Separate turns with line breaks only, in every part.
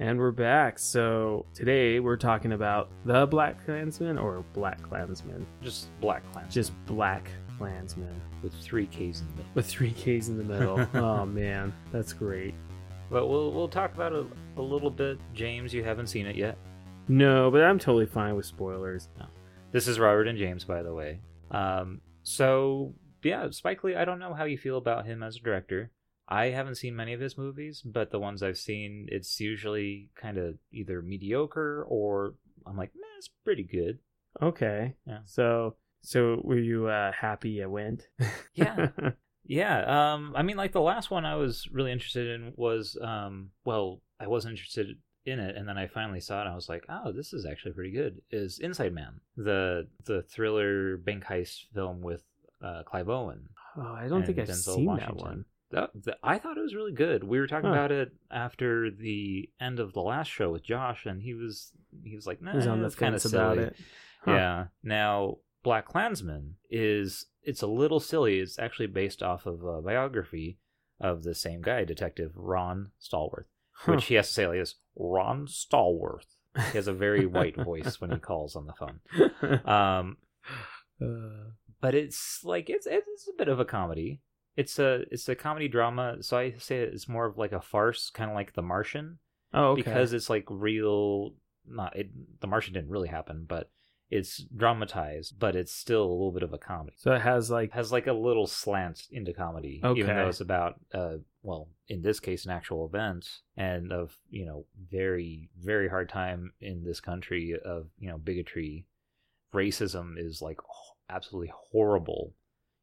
And we're back. So today we're talking about the Black Klansman or Black Klansman.
Just Black Klansman
Just Black Klansman
with three Ks in the middle.
with three Ks in the middle. oh man, that's great.
But we'll we'll talk about it a little bit. James, you haven't seen it yet.
No, but I'm totally fine with spoilers.
This is Robert and James, by the way. Um, so yeah, Spike Lee. I don't know how you feel about him as a director. I haven't seen many of his movies, but the ones I've seen, it's usually kind of either mediocre or I'm like, man, it's pretty good.
Okay.
Yeah.
So so were you uh, happy I went?
Yeah. Yeah, um, I mean, like the last one I was really interested in was, um, well, I wasn't interested in it, and then I finally saw it. and I was like, oh, this is actually pretty good. Is Inside Man the the thriller bank heist film with uh, Clive Owen?
oh, I don't think
and
I've
Denzel
seen
Washington.
that one.
That, that- I thought it was really good. We were talking
Huh.
about it after the end of the last show with Josh, and he was he was like, nah,
Who's on the
it's kind of
fence about
Eh, silly.
it? Huh.
Yeah. Now, Black Klansman is it's a little silly. It's actually based off of a biography of the same guy, Detective Ron Stallworth,
Huh.
which he has to say like this: Ron Stallworth. He has a very white voice when he calls on the phone. Um,
Uh,
but it's like it's it's a bit of a comedy. It's a it's a comedy drama. So I say it's more of like a farce, kind of like The Martian
oh, okay.
because it's like real not it, the martian didn't really happen but it's dramatized but it's still a little bit of a comedy
so it has like
it has like a little slant into comedy even
Okay.
though it's about uh well in this case an actual event and of you know very very hard time in this country of you know bigotry racism is like h- absolutely horrible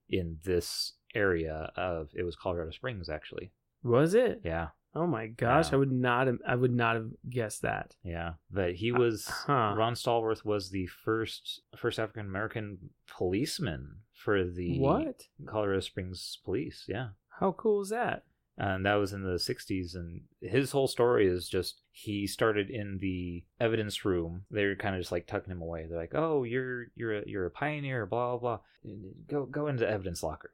in this area of it was colorado springs actually
was it?
yeah
Oh my gosh, I
Yeah.
would not have, I would not have guessed that.
Yeah, but he
Uh,
was
huh.
Ron Stallworth was the first first African American policeman for the
What?
Colorado Springs Police. Yeah,
How cool is that?
and that was in the '60s. And his whole story is just he started in the evidence room. They were kind of just like tucking him away. They're like, "Oh, you're you're a, you're a pioneer." Blah blah. blah. Go go into the evidence locker.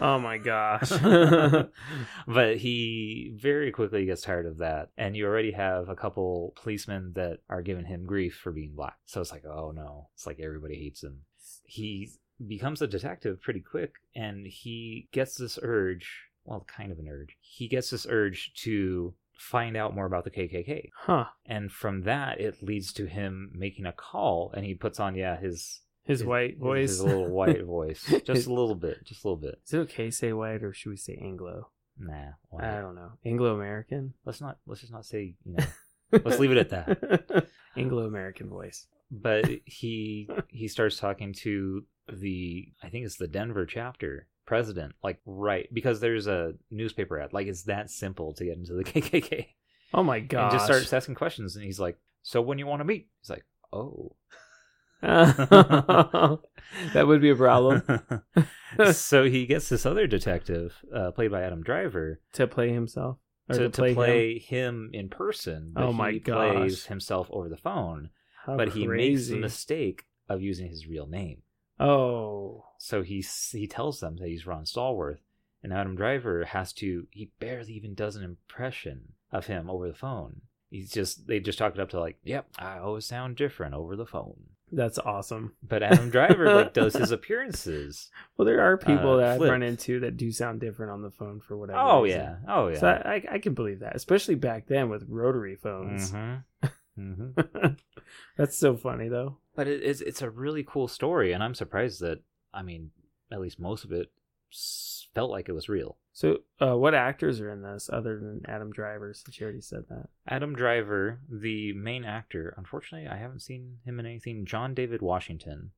Oh my gosh.
but he very quickly gets tired of that. And you already have a couple policemen that are giving him grief for being black. So it's like, oh no. It's like everybody hates him. He becomes a detective pretty quick and he gets this urge well, kind of an urge. He gets this urge to find out more about the KKK.
huh.
And from that, it leads to him making a call and he puts on, yeah, his.
His white voice.
His little white voice. Just a little bit. Just a little bit.
Is it okay to say white or should we say Anglo?
Nah. why?
I don't know. Anglo American?
let's not let's just not say you know Let's leave it at
that. Anglo American voice.
but he he starts talking to the i think it's the denver chapter president like right because there's a newspaper ad like it's that simple to get into the kkk
Oh my
and
gosh.
just starts asking questions and he's like so when you want to meet he's like oh
that would be a problem
so he gets this other detective uh, played by adam driver
to play himself. Or
to, to play,
him?
him? in person but
Oh my
he plays
gosh.
himself over the phone
How
but he makes
crazy.
the mistake of using his real name.
Oh.
So he s- he tells them that he's Ron Stallworth, and Adam Driver has to he barely even does an impression of him over the phone. He's just they just talk it up to like, yep, I always sound different over the phone.
That's awesome.
But Adam Driver like does his appearances.
Well, there are people
Uh,
that I've
flip.
run into that do sound different on the phone for whatever.
Oh
reason.
yeah, oh yeah.
So I, I, I can believe that, especially back then with rotary phones.
mm-hmm. mm-hmm.
That's so funny though.
but it is it's a really cool story, and I'm surprised that I mean at least most of it s- felt like it was real.
So, uh, what actors are in this other than Adam Driver? Since you already said that.
Adam Driver, the main actor, unfortunately, I haven't seen him in anything. John David Washington,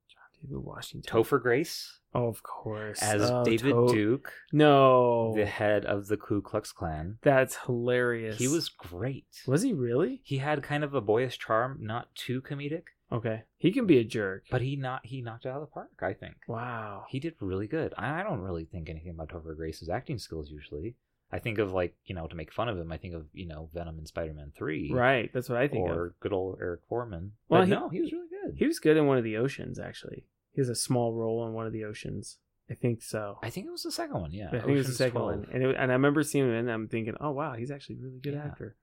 David Washington.
Topher Grace
Oh, of course.
as
Oh,
David
To- oh.
Duke,
No,
the head of the Ku Klux Klan.
that's hilarious.
He was great.
Was he really?
He had kind of a boyish charm, not too comedic,
Okay, he can be a jerk.
but he not he knocked it out of the park. I think
Wow.
he did really good. I I don't really think anything about Topher Grace's acting skills usually. I think of like you know to make fun of him. I think of you know Venom and Spider Man Three,
Right. That's what I think.
Or
Of.
good old Eric Foreman.
Well,
but
he-
no, he was really good.
He was good in one of the oceans. Actually, he has a small role in one of the oceans. I think so.
I think it was the second one. Yeah,
I think it was the
Ocean's
second
12.
one, and, it, and I remember seeing him, and I'm thinking, oh wow, he's actually a really good
Yeah.
actor.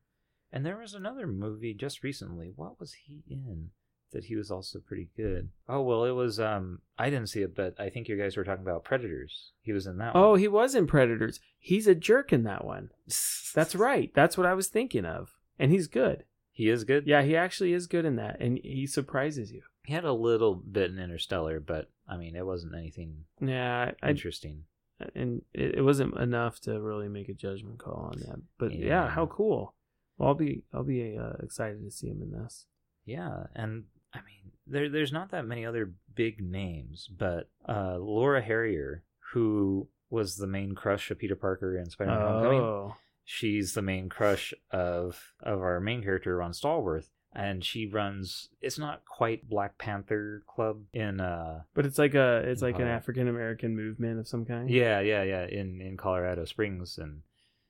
And there was another movie just recently. What was he in? That he was also pretty good. Oh well, it was. Um, I didn't see it, but I think you guys were talking about Predators. He was in that.
Oh,
one.
he was in Predators. He's a jerk in that one. That's right. That's what I was thinking of. And he's good.
he is good.
Yeah, he actually is good in that, and he surprises you.
he had a little bit in Interstellar, but I mean, it wasn't anything
Yeah, I,
interesting.
and it, it wasn't enough to really make a judgment call on that. But yeah,
Yeah.
how cool! Well, I'll be I'll be uh, excited to see him in this.
Yeah, and I mean, there there's not that many other big names, but uh, Laura Harrier, who was the main crush of Peter Parker in Spider-Man: Homecoming,
Oh,
she's the main crush of of our main character Ron Stallworth, and she runs. It's not quite Black Panther Club in uh
but it's like a it's like an
Wow.
African American movement of some kind.
Oh. yeah yeah yeah in in Colorado Springs, and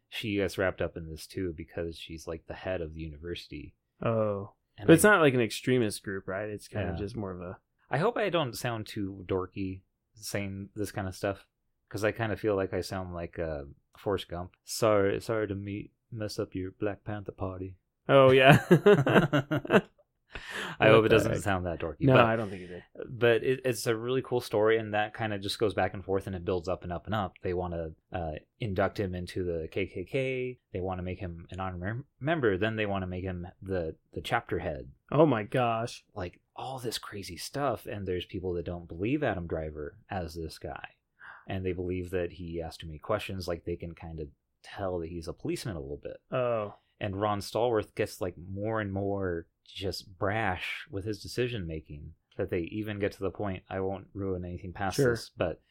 she gets wrapped up in this too because she's like the head of the university.
Oh,
And
but
I-
it's not like an extremist group, right? It's kind of
Yeah.
just more of a
I hope I don't sound too dorky saying this kind of stuff because I kind of feel like I sound like uh, Forrest Gump. Sorry, sorry to meet, mess up your Black Panther party.
oh yeah.
I hope it
the
doesn't
heck?
sound that dorky.
no,
but
I don't think it did.
but it, it's a really cool story, and that kind of just goes back and forth, and it builds up and up and up. They want to uh, induct him into the KKK. They want to make him an honorary member. Then they want to make him the the chapter head
Oh my gosh.
like all this crazy stuff and there's people that don't believe adam driver as this guy and they believe that he asked too many questions like they can kind of tell that he's a policeman a little bit
Oh,
and ron stallworth gets like more and more just brash with his decision making that they even get to the point i won't ruin anything past
Sure.
this but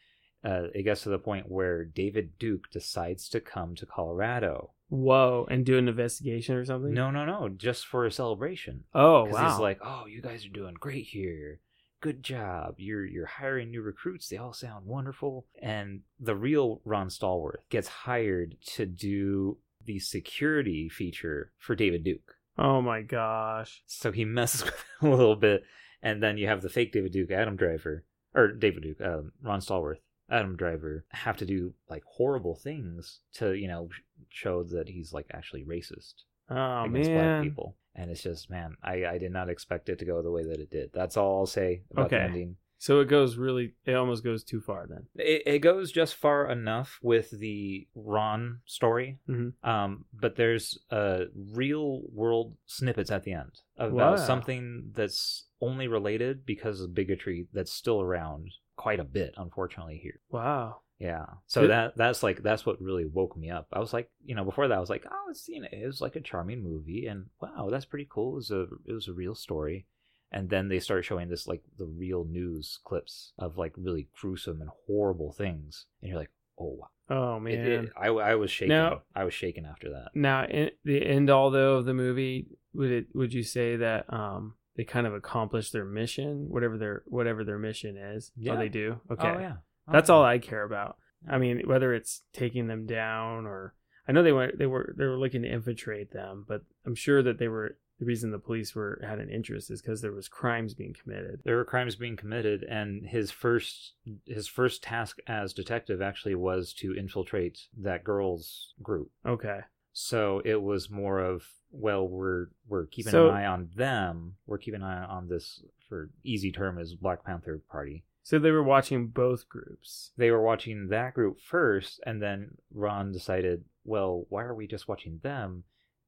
uh, it gets to the point where david duke decides to come to colorado
whoa, and do an investigation or something.
no no no just for a celebration
Oh
because
wow.
he's like, "Oh, you guys are doing great here. Good job. You're you're hiring new recruits. They all sound wonderful." And the real Ron Stallworth gets hired to do the security feature for David Duke.
oh my gosh.
So he messes with him a little bit, and then you have the fake David Duke, Adam Driver, or David Duke, um, Ron Stallworth, Adam Driver have to do like horrible things to you know sh- show that he's like actually racist
Oh
against
man.
black people. And it's just, man, I, I did not expect it to go the way that it did. That's all I'll say about the
Okay.
ending.
So it goes really. It almost goes too far then.
It, it goes just far enough with the Ron story,
Mhm.
um, but there's uh, real world snippets at the end about
Wow.
something that's only related because of bigotry that's still around quite a bit, unfortunately, here.
Wow.
Yeah. So
Th-
that that's like that's what really woke me up. I was like, you know, before that I was like, oh, it's you know, it was like a charming movie and wow, that's pretty cool. It was a it was a real story. And then they started showing this like the real news clips of like really gruesome and horrible things. And you're like, oh wow.
Oh
It-
man.
it- I I was shaking.
Now-
I was shaken after that.
now, in the end all though of the movie, would it would you say that um they kind of accomplished their mission, whatever their whatever their mission is?
Yeah.
Oh, they do. Okay.
Oh yeah. Oh,
That's
yeah.
all I care about. I mean, whether it's taking them down or I know they were they were they were looking to infiltrate them, but I'm sure that they were the reason the police were had an interest is because there was crimes being committed.
there were crimes being committed and his first his first task as detective actually was to infiltrate that girl's group
Okay.
So it was more of, well, we're we're keeping
So-
an eye on them. We're keeping an eye on this for easy term is Black Panther Party.
So they were watching both groups.
They were watching that group first, and then Ron decided, well, why are we just watching them?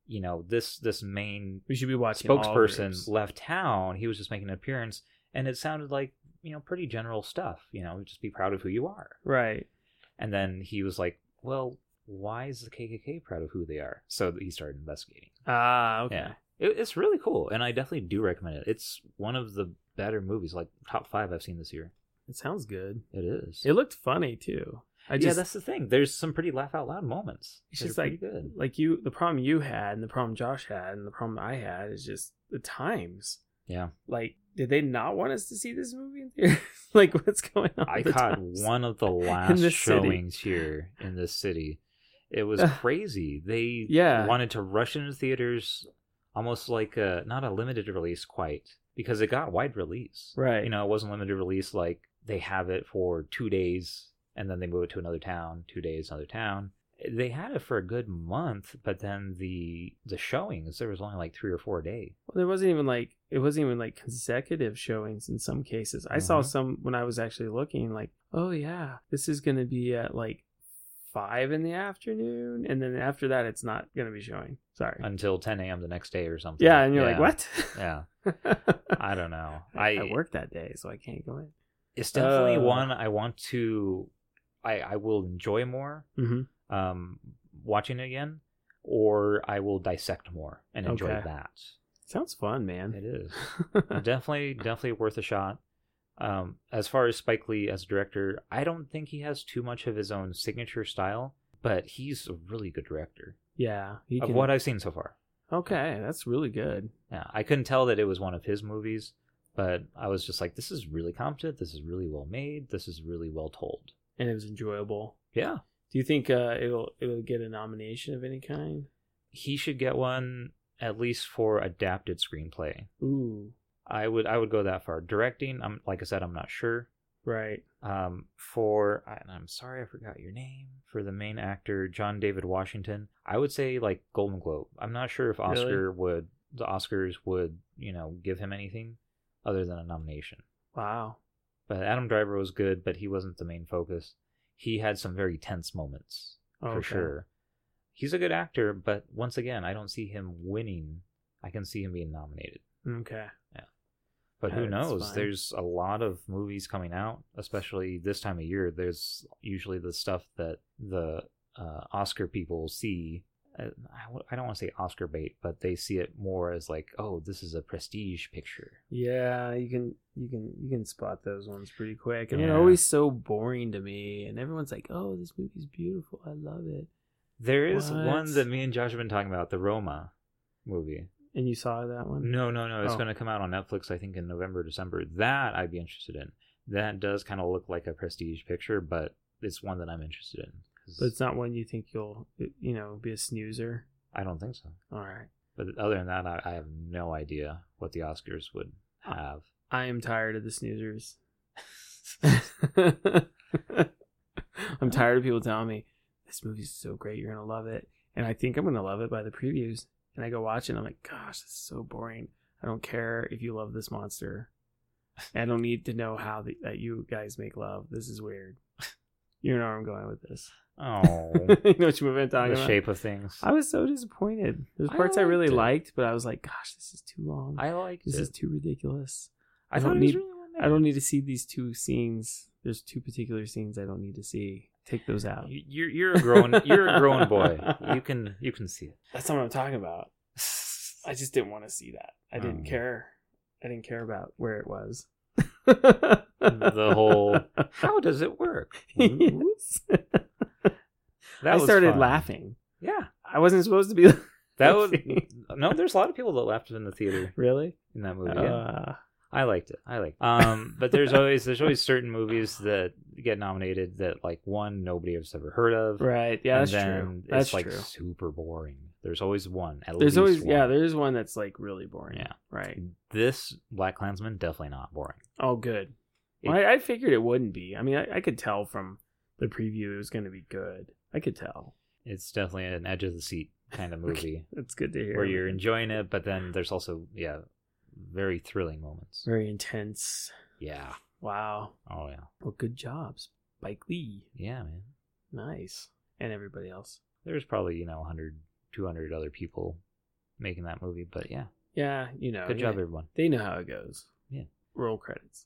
You know, this this main
We should be watching all
spokesperson
groups.
left town. He was just making an appearance, and it sounded like you know pretty general stuff. You know, just be proud of who you are.
Right.
And then he was like, well, why is the KKK proud of who they are? So he started investigating.
Ah, okay.
Yeah. It, it's really cool, and I definitely do recommend it. It's one of the better movies, like top five I've seen this year.
It sounds good.
It is.
It looked funny too. I
yeah,
just
that's the thing. There's some pretty laugh out loud moments.
It's
that are
just like-
pretty good.
like you the problem you had and the problem Josh had and the problem I had is just the times.
Yeah.
Like did they not want us to see this movie in theaters? like what's going on?
I
with the
caught
times?
one of the last
this city.
showings here in this city. It was crazy. They
Yeah.
wanted to rush into theaters, almost like a not a limited release quite because it got wide release.
Right.
you know, it wasn't limited release. Like they have it for two days and then they move it to another town, two days, another town. They had it for a good month, but then the the showings there was only like three or four a day.
Well, there wasn't even like it wasn't even like consecutive showings in some cases. I saw
Mhm.
some when I was actually looking, like, oh yeah, this is gonna be at like five in the afternoon, and then after that, it's not gonna be showing. Sorry.
until 10 a.m. the next day or something.
yeah, and you're like,
Yeah,
what?
I don't know.
I,
I,
I work that day, so I can't go in.
it's definitely
Uh.
one I want to. I I will enjoy more
Mm-hmm.
um watching it again, or I will dissect more and enjoy
Okay.
that.
Sounds fun,
It
man.
is definitely definitely worth a shot. Um, as far as Spike Lee as a director, I don't think he has too much of his own signature style, but he's a really good director
yeah. He
of
can,
what I've seen so far.
okay, that's really good.
Yeah, I couldn't tell that it was one of his movies, but I was just like, this is really competent. This is really well made. This is really well told.
And it was enjoyable.
Yeah,
Do you think uh, it'll it'll get a nomination of any kind?
he should get one at least for adapted screenplay.
Ooh,
I would I would go that far. Directing, I'm like I said, I'm not sure.
right.
Um, for and I'm sorry I forgot your name for the main actor John David Washington. I would say like Golden Globe. I'm not sure if
Really?
Oscar would the Oscars would you know give him anything other than a nomination.
Wow.
But Adam Driver was good, but he wasn't the main focus. He had some very tense moments for
Okay.
sure. He's a good actor, but once again, I don't see him winning. I can see him being nominated.
Okay.
But who
That's
knows?
fine.
There's a lot of movies coming out, especially this time of year. There's usually the stuff that the uh, Oscar people see. uh, I w- I don't want to say Oscar bait, but they see it more as like, oh, this is a prestige picture.
Yeah, you can you can you can spot those ones pretty quick, and
Yeah.
they're always so boring to me. And everyone's like, "Oh, this movie's beautiful. I love it."
There is
What?
one that me and Josh have been talking about, the Roma movie.
And you saw that one?
No, no, no. It's
Oh.
going to come out on Netflix, I think, in November, December. That I'd be interested in. That does kind of look like a prestige picture, but it's one that I'm interested in. 'cause
But it's not one you think you'll you know be a snoozer.
I don't think so.
All right.
But other than that, I, I have no idea what the Oscars would have.
I am tired of the snoozers. I'm tired of people telling me this movie's so great, you're gonna love it, and I think I'm gonna love it by the previews. And I go watch it, and I'm like, "Gosh, this is so boring. I don't care if you love this monster. I don't need to know how the, that you guys make love. This is weird." You know where I'm going with this.
Oh,
you know which movie I'm talking
the
about.
shape of things. I,
I was so disappointed. There's
I
parts I, really
liked it.
liked, but I was like, "Gosh, this is too long.
liked
this
it.
is too ridiculous."
I,
I
thought
don't
it was
need-
really well
I don't
made.
need to see these two scenes. There's two particular scenes I don't need to see. Take those out.
You- You're you're a grown you're a grown boy. You can you can see
That's not what I'm talking about.
it.
I just didn't want to see that. I didn't
Oh.
care. I didn't care about where it was.
the whole how does it work? Ooh,
Yes.
that
I
was
started
fun.
laughing.
Yeah,
I wasn't supposed to be.
that was no. There's a lot of people that laughed in the theater
really.
in that movie. yeah.
Uh,
I liked it. I liked. It. Um, but there's always there's always certain movies that get nominated that like one nobody has ever heard of.
right. Yeah,
and
that's
then
true.
It's
That's
like
true.
super boring. There's always one. At
There's
least
always yeah.
one.
There's one that's like really boring.
Yeah. Mm.
Right.
This Black Klansman definitely not boring.
Oh, good.
It-
Well, I, I figured it wouldn't be. I mean, I, I could tell from the preview it was going to be good. I could tell.
It's definitely an edge of the seat kind of movie
It's good to hear.
where you're enjoying it, but then there's also yeah, very thrilling moments.
very intense.
Yeah.
Wow.
Oh yeah.
Well, good jobs, Spike Lee.
Yeah, man.
Nice, and everybody else.
There's probably you know 100, 200 other people making that movie, but yeah,
Yeah, you know.
good
Oh, yeah,
job everyone.
They know how it goes.
Yeah.
Roll credits.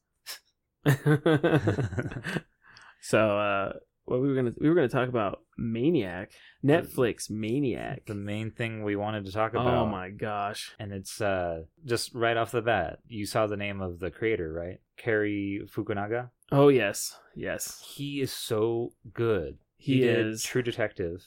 so, uh, what we were gonna we were gonna talk about Maniac, Netflix Maniac.
The main thing we wanted to talk about.
Oh my gosh.
and it's uh just right off the bat you saw the name of the creator right Kerry fukunaga
Oh yes, yes.
he is so good
He,
did
is.
true detective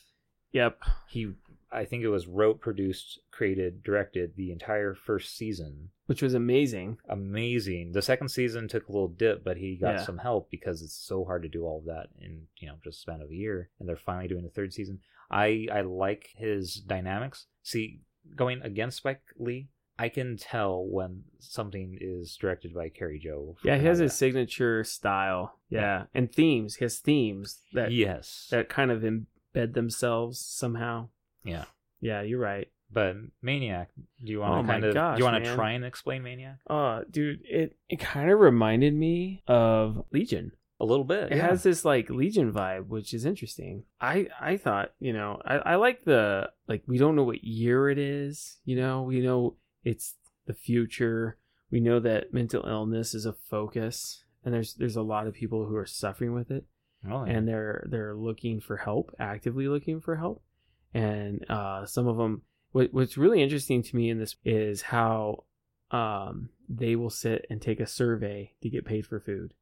Yep.
he i think it was wrote produced created directed the entire first season
Which was amazing.
amazing the second season took a little dip but he got
Yeah.
some help because it's so hard to do all of that in you know just a span of a year and they're finally doing the third season i i like his dynamics see going against spike lee i can tell when something is directed by carrie joe
Yeah, he has his
his
signature style. Yeah. And themes. He has themes that
yes
that kind of embed bed themselves somehow.
Yeah.
Yeah, you're right.
But Maniac, do you want
Oh
to
my
kind of
gosh,
do you want to
man.
try and explain Maniac
Uh dude, it it kind of reminded me of Legion.
a little bit?
It has this like Legion vibe, which is interesting. I I thought, you know, I I like the like we don't know what year it is, you know, we know it's the future. We know that mental illness is a focus and there's there's a lot of people who are suffering with it.
Oh, yeah.
and they're they're looking for help, actively looking for help, and uh, some of them. What, what's really interesting to me in this is how um, they will sit and take a survey to get paid for food.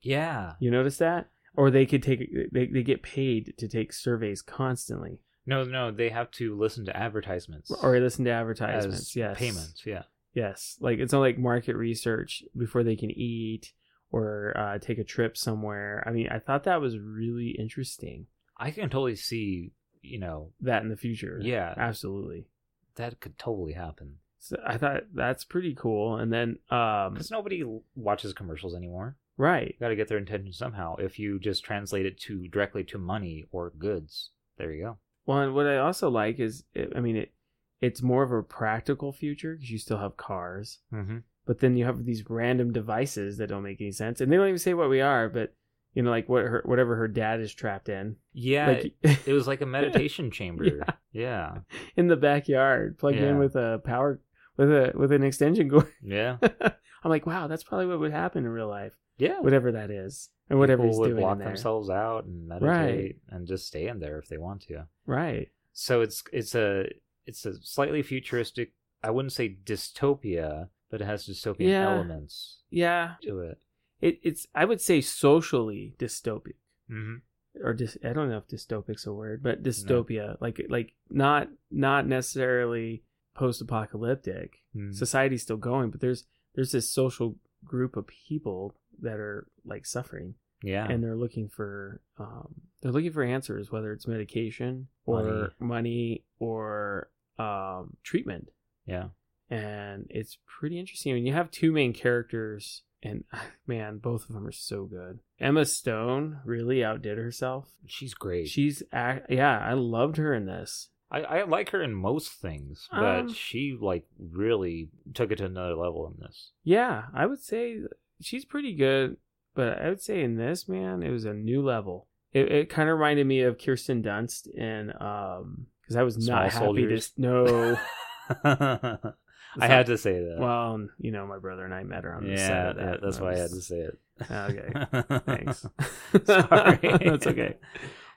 yeah.
You notice that, or they could take they they get paid to take surveys constantly,
No, no, they have to listen to advertisements
or listen to
as
advertisements. yes,
payments. Yeah,
Yes, like it's not like market research before they can eat or uh, take a trip somewhere. I mean, I thought that was really interesting.
I can totally see. You know,
That in the future,
Yeah.
absolutely.
that could totally happen
So I thought that's pretty cool. And then, um,
because nobody watches commercials anymore.
right,
You got to get their attention somehow. If you just translate it to directly to money or goods, there you go.
Well, and what I also like is, it, I mean, it it's more of a practical future because you still have cars,
Mm-hmm.
but then you have these random devices that don't make any sense, and they don't even say what we are, but you know, like what her whatever her dad is trapped in,
Yeah,
like
it, it was like a meditation chamber.
Yeah.
yeah,
in the backyard, plugged
Yeah.
in with a power with a with an extension cord.
yeah,
I'm like, wow, that's probably what would happen in reil life,
yeah.
whatever that is, and whatever
People
he's
would
doing
block
in there.
themselves out and meditate and just stay in there if they want to.
Right,
so it's it's a it's a slightly futuristic i wouldn't say dystopia but it has dystopian
Yeah.
elements
yeah.
to it
It, it's I would say socially dystopic.
mm-hmm.
or dis- I don't know if dystopic's a word, but dystopia, like like not not necessarily post-apocalyptic.
Mm.
Society's still going, but there's there's this social group of people that are like suffering,
yeah
and they're looking for um, they're looking for answers, whether it's medication or money,
Money.
or um, treatment.
yeah
And it's pretty interesting. I mean, you have two main characters, and man, both of them are so good. Emma Stone really outdid herself.
she's great
She's ac- yeah, I loved her in this.
I, I like her in most things but
Um,
she like really took it to another level in this
Yeah, I would say she's pretty good, but I would say in this man, it was a new level. It, it kind of reminded me of Kirsten Dunst in um because I was not
Small
happy
Soldiers?
to no.
i had to say that
Well, you know, my brother and I met her on the side
yeah
of that.
that- that's
and
why i had to
was-
say it
Thanks.
Sorry.
that's okay.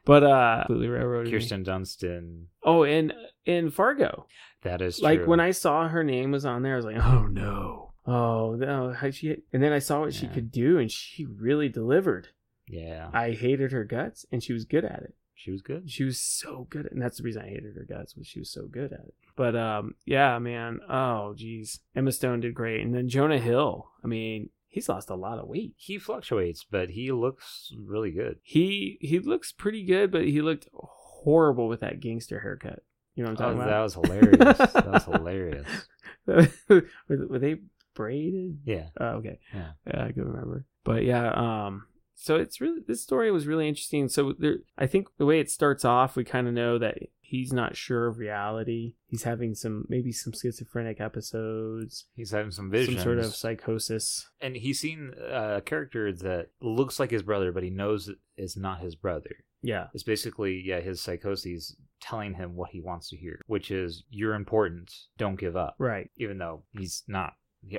But uh, completely railroaded me.
kirsten dunstan
Oh, and in Fargo.
that is
like
true.
when I saw her name was on there, I was like, oh no, oh no, how she. And then I saw what she
Yeah.
could do, and she really delivered.
yeah
I hated her guts, and she was good at it.
she was good
She was so good, at, and that's the reason I hated her guts was she was so good at it. But um, yeah, man, oh geez, Emma Stone did great, and then Jonah Hill. I mean, he's lost a lot of weight.
he fluctuates but he looks really good
He he looks pretty good, but he looked horrible with that gangster haircut. You know what I'm
Oh,
talking
that
about?
was hilarious. that was hilarious.
were, were they braided?
Yeah.
Oh, okay.
Yeah.
I can remember. But yeah, um, so it's really this story was really interesting. So there, I think the way it starts off, we kind of know that he's not sure of reality. He's having some maybe some schizophrenic episodes,
He's having some visions.
some sort of psychosis.
and he's seen a character that looks like his brother, but he knows it's not his brother.
Yeah,
It's basically, yeah, his psychoses telling him what he wants to hear, which is, you're important, don't give up,
right.
even though he's not,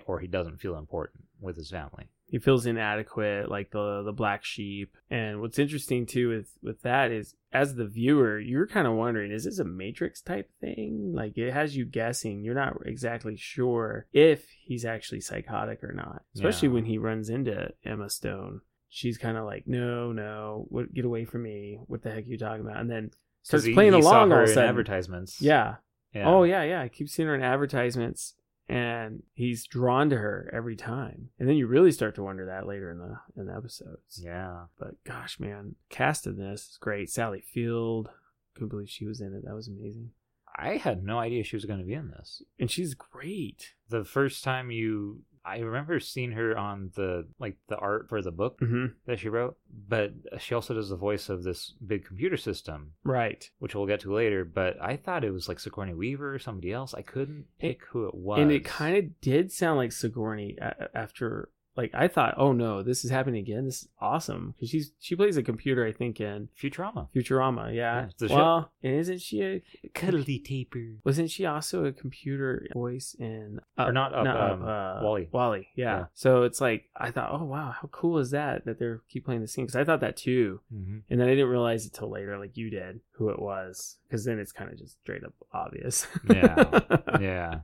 or he doesn't feel important with his family.
He feels inadequate, like the the black sheep. And what's interesting too with with that is, as the viewer, you're kind of wondering, is this a Matrix type thing? Like it has you guessing. You're not exactly sure if he's actually psychotic or not. Especially
Yeah.
when he runs into Emma Stone. She's kind of like, no, no, what, get away from me. What the heck are you talking about? And then starts
he-
playing
he saw
along
her
all of a
in
sudden.
advertisements.
Yeah. Oh yeah, yeah. I keep seeing her in advertisements, and he's drawn to her every time. And then you really start to wonder that later in the in the episodes.
Yeah.
But gosh, man, cast in this is great. Sally Field, couldn't believe she was in it. That was amazing,
I had no idea she was going to be in this.
and she's great.
the first time you I remember seeing her on the like the art for the book
hmm
that she wrote, but she also does the voice of this big computer system,
Right.
which we'll get to later. But I thought it was like Sigourney Weaver or somebody else. I couldn't pick who it was,
And it kind of did sound like Sigourney a- after. Like I thought, oh no, this is happening again. This is awesome because she's she plays a computer, I think, in
Futurama.
Futurama. Yeah.
Yeah, it's a
well, and isn't she a?
Cuddly taper.
Wasn't she also a computer voice in?
Or not Up, um,
uh,
Wall-E.
Wally. Yeah.
Yeah.
So it's like I thought, oh wow, how cool is that that they're keep playing the scene because I thought that too,
Mm-hmm.
and then I didn't realize it till later, like you did, who it was, because then it's kind of just straight up obvious.
Yeah. Yeah,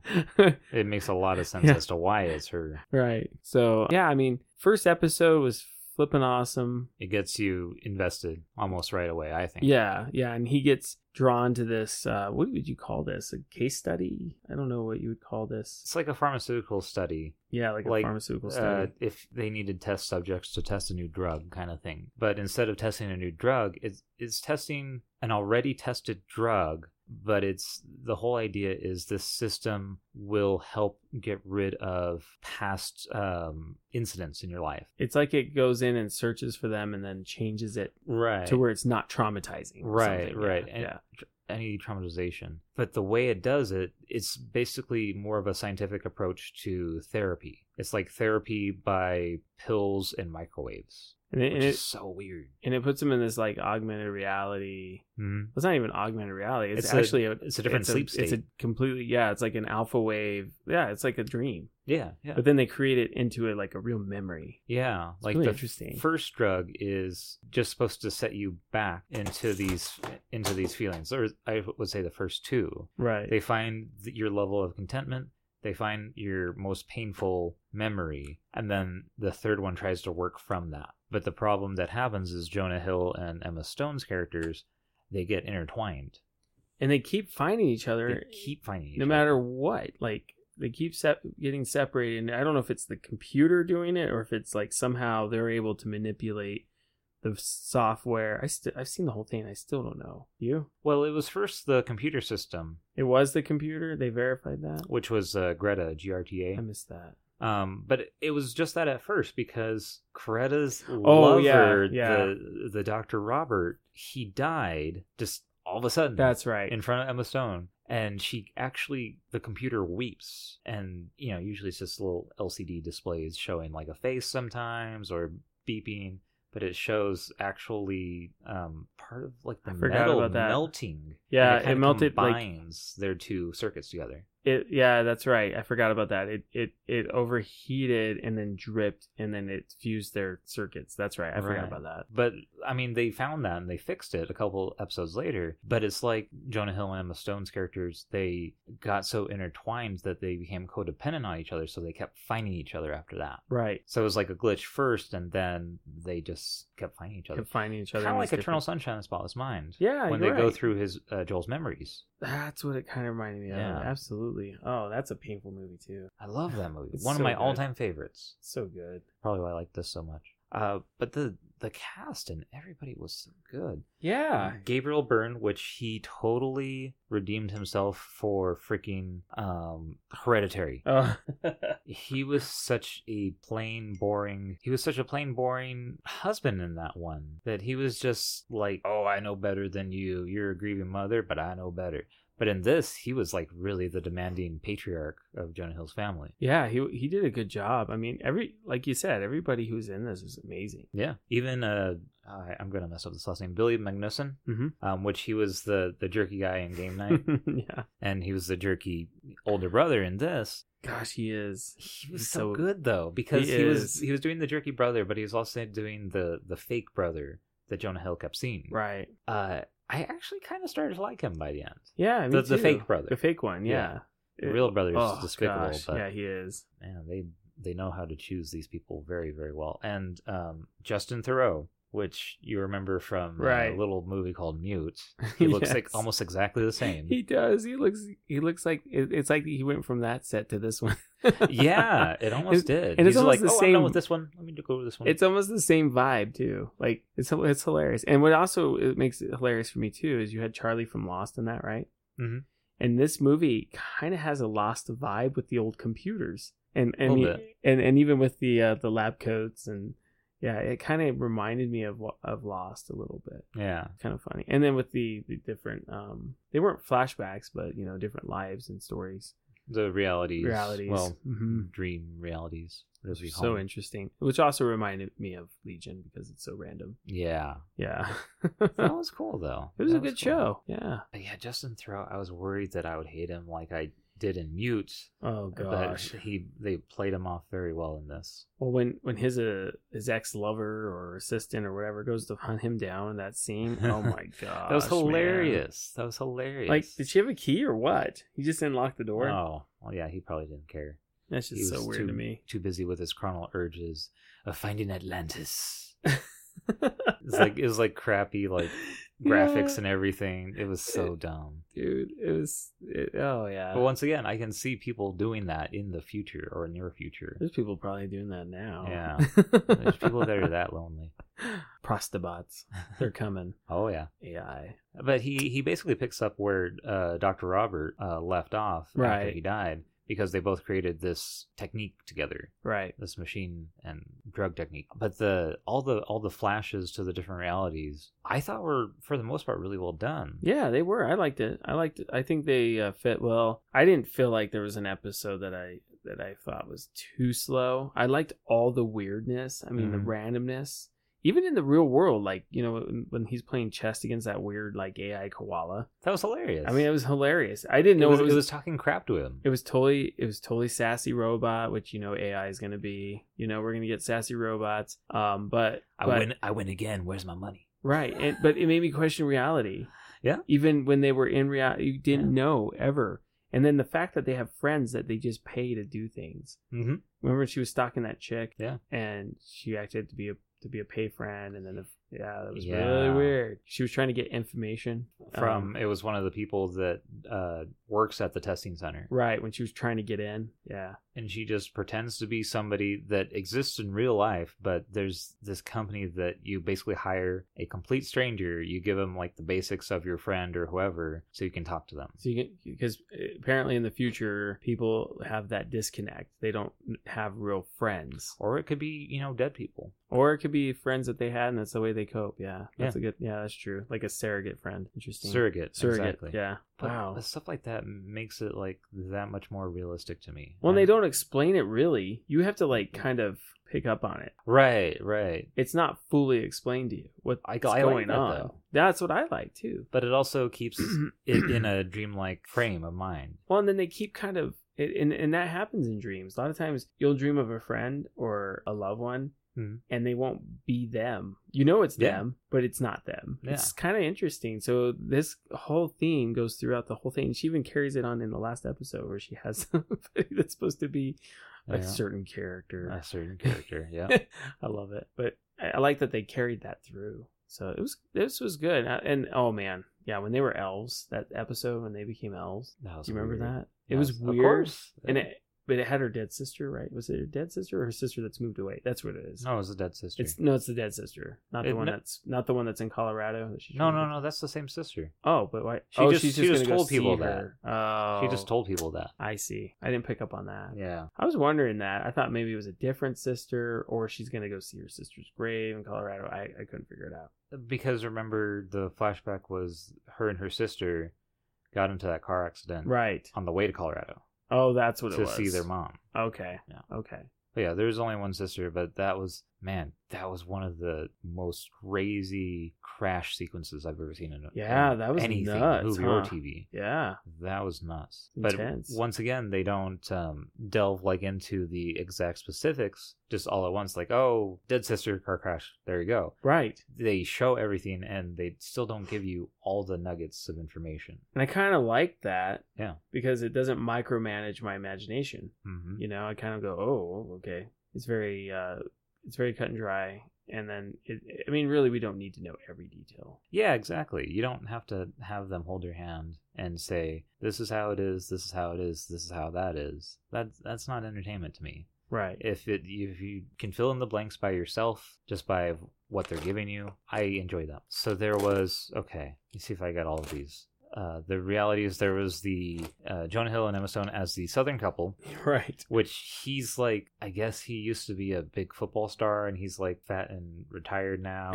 it makes a lot of sense
Yeah.
as to why it's her.
Right. So yeah, I mean, first episode was flipping awesome.
It gets you invested almost right away. I think.
Yeah, yeah, and he gets drawn to this. Uh, what would you call this? A case study? I don't know what you would call this.
It's like a pharmaceutical study.
Yeah, like a
Like,
pharmaceutical
Uh,
study.
if they needed test subjects to test a new drug, kind of thing. But instead of testing a new drug, it's, it's testing an already tested drug. But it's the whole idea is this system will help get rid of past um, incidents in your life.
it's like it goes in and searches for them and then changes it
Right.
to where it's not traumatizing. or
Right,
something.
right.
Yeah,
And
yeah.
tr- any traumatization. But the way it does it, it's basically more of a scientific approach to therapy. It's like therapy by pills and microwaves,
And it,
which
and
is
it
so weird.
and it puts them in this like augmented reality.
hmm
It's not even augmented reality. It's,
It's a-
actually a,
it's a different sleep
It's a
state.
completely yeah. It's like an alpha wave. Yeah, it's like a dream.
Yeah, yeah,
But then they create it into a, like a real memory.
yeah.
It's
Like
really
the
interesting.
first drug is just supposed to set you back into these into these feelings, or I would say the first two.
right.
They find th- your level of contentment. They find your most painful memory. And then the third one tries to work from that. But the problem that happens is Jonah Hill and Emma Stone's characters, they get intertwined.
and they keep finding each
They
other
keep finding each
no
other.
matter what. Like they keep sep- getting separated. And I don't know if it's the computer doing it or if it's like somehow they're able to manipulate the software. I st- I've seen the whole thing. I still don't know. You?
Well, it was first the computer system,
It was the computer. They verified that.
which was uh, Greta,
I
GRTA.
missed that.
Um, but it was just that at first because Greta's
Oh, yeah,
lover,
yeah.
The, the Dr. Robert, he died just all of a sudden.
That's right.
in front of Emma Stone, and she actually the computer weeps, and you know usually it's just little LCD displays showing like a face sometimes or beeping, but it shows actually um, part of like the
I forgot
metal
about that.
melting.
Yeah,
and
it
kinda
melted, like-
Combines their two circuits together.
It yeah, that's right. I forgot about that. It it it overheated and then dripped and then it fused their circuits. That's right. I forgot
Right.
about that.
But I mean, they found that and they fixed it a couple episodes later. But it's like Jonah Hill and Emma Stone's characters, they got so intertwined that they became codependent on each other. So they kept finding each other after that.
Right.
So it was like a glitch first, and then they just kept finding each other.
Kept finding each other.
Kind of
in
like
these
Eternal
different-
Sunshine of the Spotless Mind.
Yeah,
when they
you're
go
right.
through his uh, Joel's memories,
That's what it kind of reminded me of.
Yeah.
Absolutely. Oh, that's a painful movie too.
I love that movie.
It's
One
so
of my
good.
all-time favorites.
So good.
Probably why I like this so much. Uh, but the the cast and everybody was so good.
Yeah.
Gabriel Byrne, which he totally redeemed himself for freaking um, Hereditary.
Oh.
He was such a plain, boring. He was such a plain, boring husband in that one that he was just like, "Oh, I know better than you. You're a grieving mother, but I know better." But in this, he was like really the demanding patriarch of Jonah Hill's family.
yeah, he he did a good job. I mean, every like you said, everybody who's in this is amazing.
Yeah, even uh, I, I'm gonna mess up this last name, Billy Magnuson,
Mhm.
um, which he was the the jerky guy in Game Night,
yeah.
and he was the jerky older brother in this.
Gosh, he is.
He was
He's
so,
so-
good though because
he
he,
is.
was he was doing the jerky brother, but he was also doing the the fake brother that Jonah Hill kept seeing.
Right.
Uh, I actually kind of started to like him by the end.
Yeah, me
The- the
too.
fake brother.
The fake one, yeah.
The real brother is
oh,
despicable,
gosh.
but
Yeah, he is.
man, they they know how to choose these people very very well. And um, Justin Thoreau, which you remember from
Right.
a little movie called Mute, he looks like
Yes.
almost exactly the same.
He does. He looks. He looks like it- it's like he went from that set to this one.
yeah, it almost
It-
did.
and it's
He's
almost
like,
the
oh, I'm
same-
done with this one. Let me go with this one.
It's almost the same vibe too. Like it's hil- it's hilarious. And what also it makes it hilarious for me too is you had Charlie from Lost in that, right?
Mhm.
And this movie kind of has a Lost vibe with the old computers. and
A
and
little
he- and and even with the uh, the lab coats and yeah, it kind of reminded me of Lo- of Lost a little bit.
Yeah.
Kind of funny. And then with the the different um, they weren't flashbacks, but you know, different lives and stories,
The realities.
realities.
Well,
Mhm.
dream realities. As we call
So
them.
interesting. Which also reminded me of Legion because it's so random.
Yeah.
Yeah.
That was cool, though.
It was
That
a good
cool.
show. Yeah.
But yeah, Justin Thoreau, I was worried that I would hate him like I did in Mute.
Oh
But
gosh.
he they played him off very well in this.
Well, when when his uh, his ex lover or assistant or whatever goes to hunt him down in that scene, oh my god,
that was hilarious. That was hilarious.
Like, did she have a key or what? He just didn't lock the door.
Oh, well, yeah, he probably didn't care.
That's
he
just so
was
weird
too,
to me.
Too busy with his carnal urges of finding Atlantis. It's like it was like crappy like graphics
Yeah,
and everything. It was so dumb.
dude, it was. It, oh yeah,
But once again, I can see people doing that in the future or near future.
there's people probably doing that now.
Yeah. There's
there's
people that are that lonely.
prostabots. They're coming.
Oh yeah.
AI.
But he he basically picks up where uh, Dr. Robert uh, left off after
Right.
he died because they both created this technique together,
Right.
this machine and drug technique. But the all the all the flashes to the different realities, I thought were for the most part really well done.
Yeah, they were. I liked it. I liked it. I think they uh, fit well. I didn't feel like there was an episode that I that I thought was too slow. I liked all the weirdness. I mean,
Mhm.
the randomness. Even in the real world, like you know, when, when he's playing chess against that weird like AI koala.
That was hilarious.
I mean, it was hilarious. I didn't
it,
know
was, it was talking crap to him.
it was totally it was totally sassy robot, which you know AI is gonna be. You know, we're gonna get sassy robots. Um, but
I
but,
win I win again. Where's my money?
Right, and, but it made me question reality.
Yeah.
Even when they were in reality, you didn't
Yeah.
know ever. And then the fact that they have friends that they just pay to do things.
Mm-hmm.
Remember, when she was stalking that chick.
Yeah.
And she acted to be a to be a pay friend, and then the, yeah, that was
Yeah.
really weird. She was trying to get information
From
um,
it was one of the people that uh, works at the testing center.
right when she was trying to get in. Yeah.
and she just pretends to be somebody that exists in real life but there's this company that you basically hire a complete stranger you give them like the basics of your friend or whoever so you can talk to them
So you can because apparently in the future people have that disconnect. They don't have real friends.
or it could be you know dead people
Or it could be friends that they had, and that's the way they cope. Yeah, that's a good. Yeah, that's true. Like a surrogate friend. Interesting.
surrogate
surrogate.
exactly
Yeah.
but
wow.
stuff like that makes it like that much more realistic to me
Well, and they
And-
don't explain it really. You have to like kind of pick up on it.
right right
It's not fully explained to you what's
I- I like
going
that,
on.
though.
That's what I like too.
but it also keeps it in a dreamlike frame of mind
Well, and then they keep kind of, it, and, and that happens in dreams. A lot of times you'll dream of a friend or a loved one,
Mhm.
and they won't be them. You know it's
Yeah.
them, but it's not them.
Yeah.
It's kind of interesting. So this whole theme goes throughout the whole thing. She even carries it on in the last episode where she has somebody that's supposed to be a
Yeah.
certain character.
a certain character yeah
I love it, but I, I like that they carried that through. So it was this was good, and, and oh man, yeah, when they were elves, that episode when they became elves,
that was
do you remember
weird.
that? It
Yeah,
was
of
weird.
course.
And it, but it had her dead sister, right? Was it her dead sister or her sister that's moved away? That's what it is.
no it was a dead sister
it's no, it's the dead sister, not the
It-
one
no-
that's not the one that's in Colorado. That she's
No,
trying
no,
to-
no. That's the same sister.
Oh, but why?
She
oh,
just-
she's
she
just,
just
gonna go
told people
see
that.
her. Oh,
She just told people that.
I see. I didn't pick up on that.
Yeah.
I was wondering that. I thought maybe it was a different sister, or she's gonna go see her sister's grave in Colorado. I, I couldn't figure it out.
Because remember, the flashback was her and her sister got into that car accident
Right.
on the way to Colorado
Oh, that's what it
to
was.
see their mom.
Okay.
Yeah.
Okay.
But yeah, there's only one sister, but that was, man, that was one of the most crazy crash sequences I've ever seen in a
Yeah,
in
that was
anything,
nuts,
movie or
huh?
TV.
Yeah.
That was nuts.
Intense.
But once again, they don't um, delve like into the exact specifics just all at once. Like, oh, dead sister car crash. There you go.
Right.
They show everything, and they still don't give you all the nuggets of information.
And I kind of like that.
Yeah.
Because it doesn't micromanage my imagination.
Mm-hmm.
You know, I kind of go, oh, okay. It's very, uh, it's very cut and dry. And then, it, I mean, really, we don't need to know every detail.
Yeah, exactly. You don't have to have them hold your hand and say, "This is how it is. This is how it is. This is how that is." That's that's not entertainment to me.
Right.
If it if you can fill in the blanks by yourself just by what they're giving you, I enjoy them. So there was okay. Let's see if I got all of these. Uh, the reality is there was the uh, Jonah Hill and Emma Stone as the Southern couple,
Right.
which he's like, I guess he used to be a big football star and he's like fat and retired now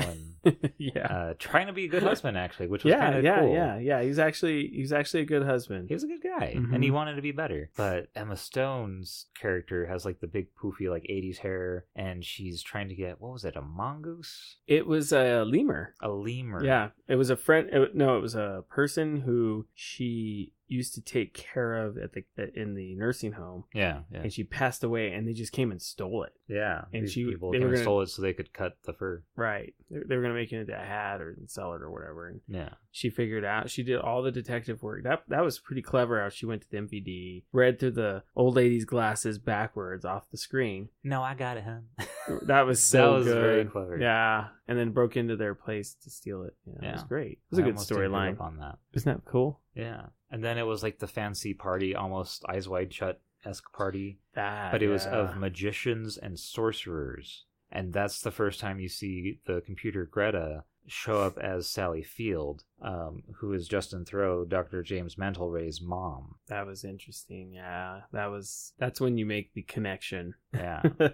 and
yeah.
uh, trying to be a good husband actually, which was kind
yeah,
of
yeah,
cool.
yeah, yeah. He's actually he's actually a good husband.
He was a good guy and
Mm-hmm.
he wanted to be better. But Emma Stone's character has like the big poofy like 80s hair and she's trying to get what was it, a mongoose?
It was a lemur.
A lemur.
Yeah, it was a friend. It, no, it was a person who she used to take care of at the in the nursing home,
Yeah. Yeah.
and she passed away, and they just came and stole it.
Yeah,
And
these
she-
people
they
came
were
and
gonna-
stole it so they could cut the fur.
Right. They, they were gonna make it into a hat or sell it or whatever. And
Yeah,
she figured out. She did all the detective work. That that was pretty clever. How she went to the MPD, read through the old lady's glasses backwards off the screen.
no, I got it, huh?
That was so
that was
good.
very clever.
Yeah, and then broke into their place to steal it. Yeah, it was
Yeah.
great. It was a
I
good
almost didn't pick up
storyline.
on that.
Isn't that cool?
Yeah, and then it was like the fancy party, almost eyes wide shut esque party,
That,
but it was
yeah.
of magicians and sorcerers, and that's the first time you see the computer Greta show up as Sally Field, um, who is Justin Thoreau, Doctor James Mantelray's mom.
that was interesting. Yeah, that was that's when you make the connection.
Yeah.
yeah,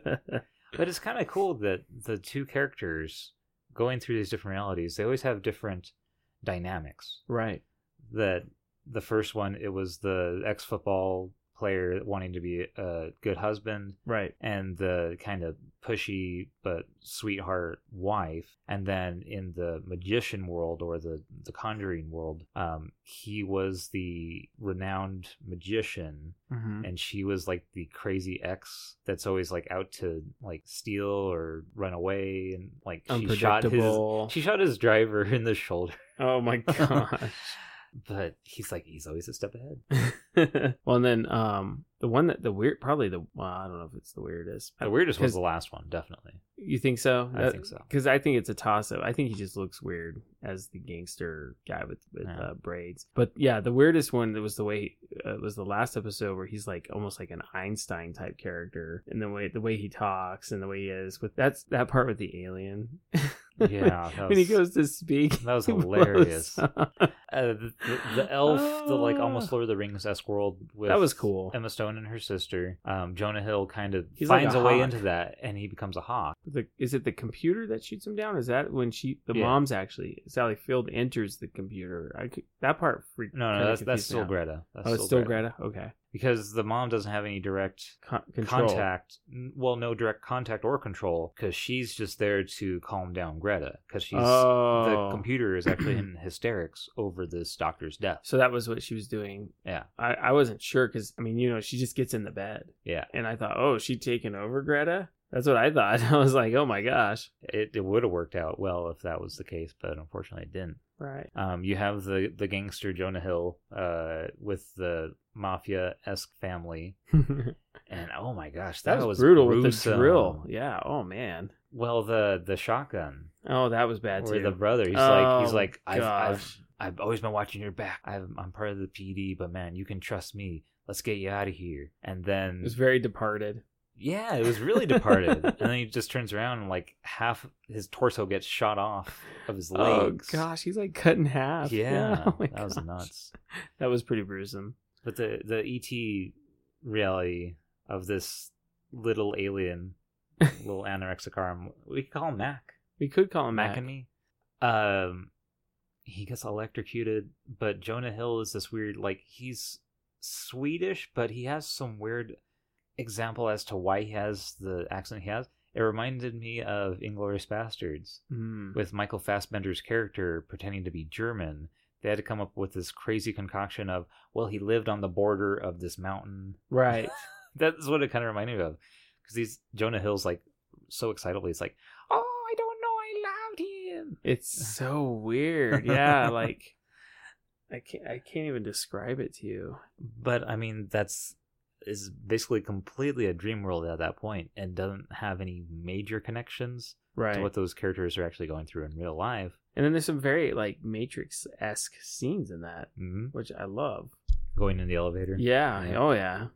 But it's kind of cool that the two characters going through these different realities, they always have different dynamics.
right.
That the first one, it was the ex football player wanting to be a good husband,
Right.
and the kind of pushy but sweetheart wife and then in the magician world or the the conjuring world um he was the renowned magician
Mm-hmm.
and she was like the crazy ex that's always like out to like steal or run away and like she shot his
Unpredictable.
she shot his driver in the shoulder
Oh my god.
but he's like he's always a step ahead
well, and then um, the one that the weird, probably the well, I don't know if it's the weirdest.
the weirdest was
Because-
the last one definitely
You think so?
i think so
Because I think it's a toss up. I think he just looks weird as the gangster guy with with
Yeah.
uh, braids. But yeah, the weirdest one that was the way uh, was the last episode where he's like almost like an Einstein type character, and the way the way he talks and the way he is with that's that part with the alien.
yeah that
when he goes
was-
to speak,
that was
he blows
hilarious.
up.
uh, the, the- the elf the like almost
Ah.
lord of the rings esque world with
that was cool.
Emma Stone and her sister, um, Jonah Hill, kind of
He's like
finds
a
a way
hawk.
into that, and he becomes a hawk.
The, is it the computer that shoots him down? Is that when she the
Yeah.
mom's actually Sally Field enters the computer? I could, that part freaked.
No, no,
kinda
that's that's
confused me
still
out.
Greta. That's
Oh, it's still Greta. Okay.
because the mom doesn't have any direct
Con- control.
contact n- well no direct contact or control because she's just there to calm down greta because she's
oh.
the computer is actually in hysterics over this doctor's death
So that was what she was doing.
Yeah.
I, I wasn't sure because, I mean, you know, she just gets in the bed.
Yeah.
And I thought, oh, is she taking over Greta? That's what I thought. I was like, oh my gosh.
it, it would have worked out well if that was the case but unfortunately it didn't
Right.
um, you have the, the gangster jonah hill uh, with the mafia-esque family
that,
and oh my gosh that,
was,
was
brutal with the
gruesome.
drill. Yeah. Oh man.
well the the shotgun
Oh, that was bad
or
too.
the brother he's like he's
Oh,
like I've, I've
gosh.
I've always been watching your back. I'm, I'm part of the PD, but man, you can trust me. Let's get you out of here. And then,
It was very departed.
yeah, it was really departed. and then he just turns around and like half his torso gets shot off of his legs.
Oh gosh, he's like cut in half.
Yeah,
Oh, my
that was
gosh.
nuts.
That was pretty gruesome.
But the the ET reality of this little alien, little anorexic arm, we could call him Mac.
We could call him
Mac
Mac.
and me. Um, he gets electrocuted, but Jonah Hill is this weird, like he's Swedish, but he has some weird example as to why he has the accent he has. It reminded me of Inglorious Bastards
Mm.
with Michael Fassbender's character pretending to be German. They had to come up with this crazy concoction of, well, he lived on the border of this mountain.
Right.
That's what it kind of reminded me of, because these Jonah Hill's like so excitedly, he's like, "Oh, I don't know, I loved him."
It's so weird. Yeah, like I can't I can't even describe it to you.
but I mean that's is basically completely a dream world at that point and doesn't have any major connections
Right.
to what those characters are actually going through in real life.
and then there's some very like Matrix esque scenes in that,
Mhm.
which I love.
Going in the elevator.
Yeah.
Yeah.
Oh yeah.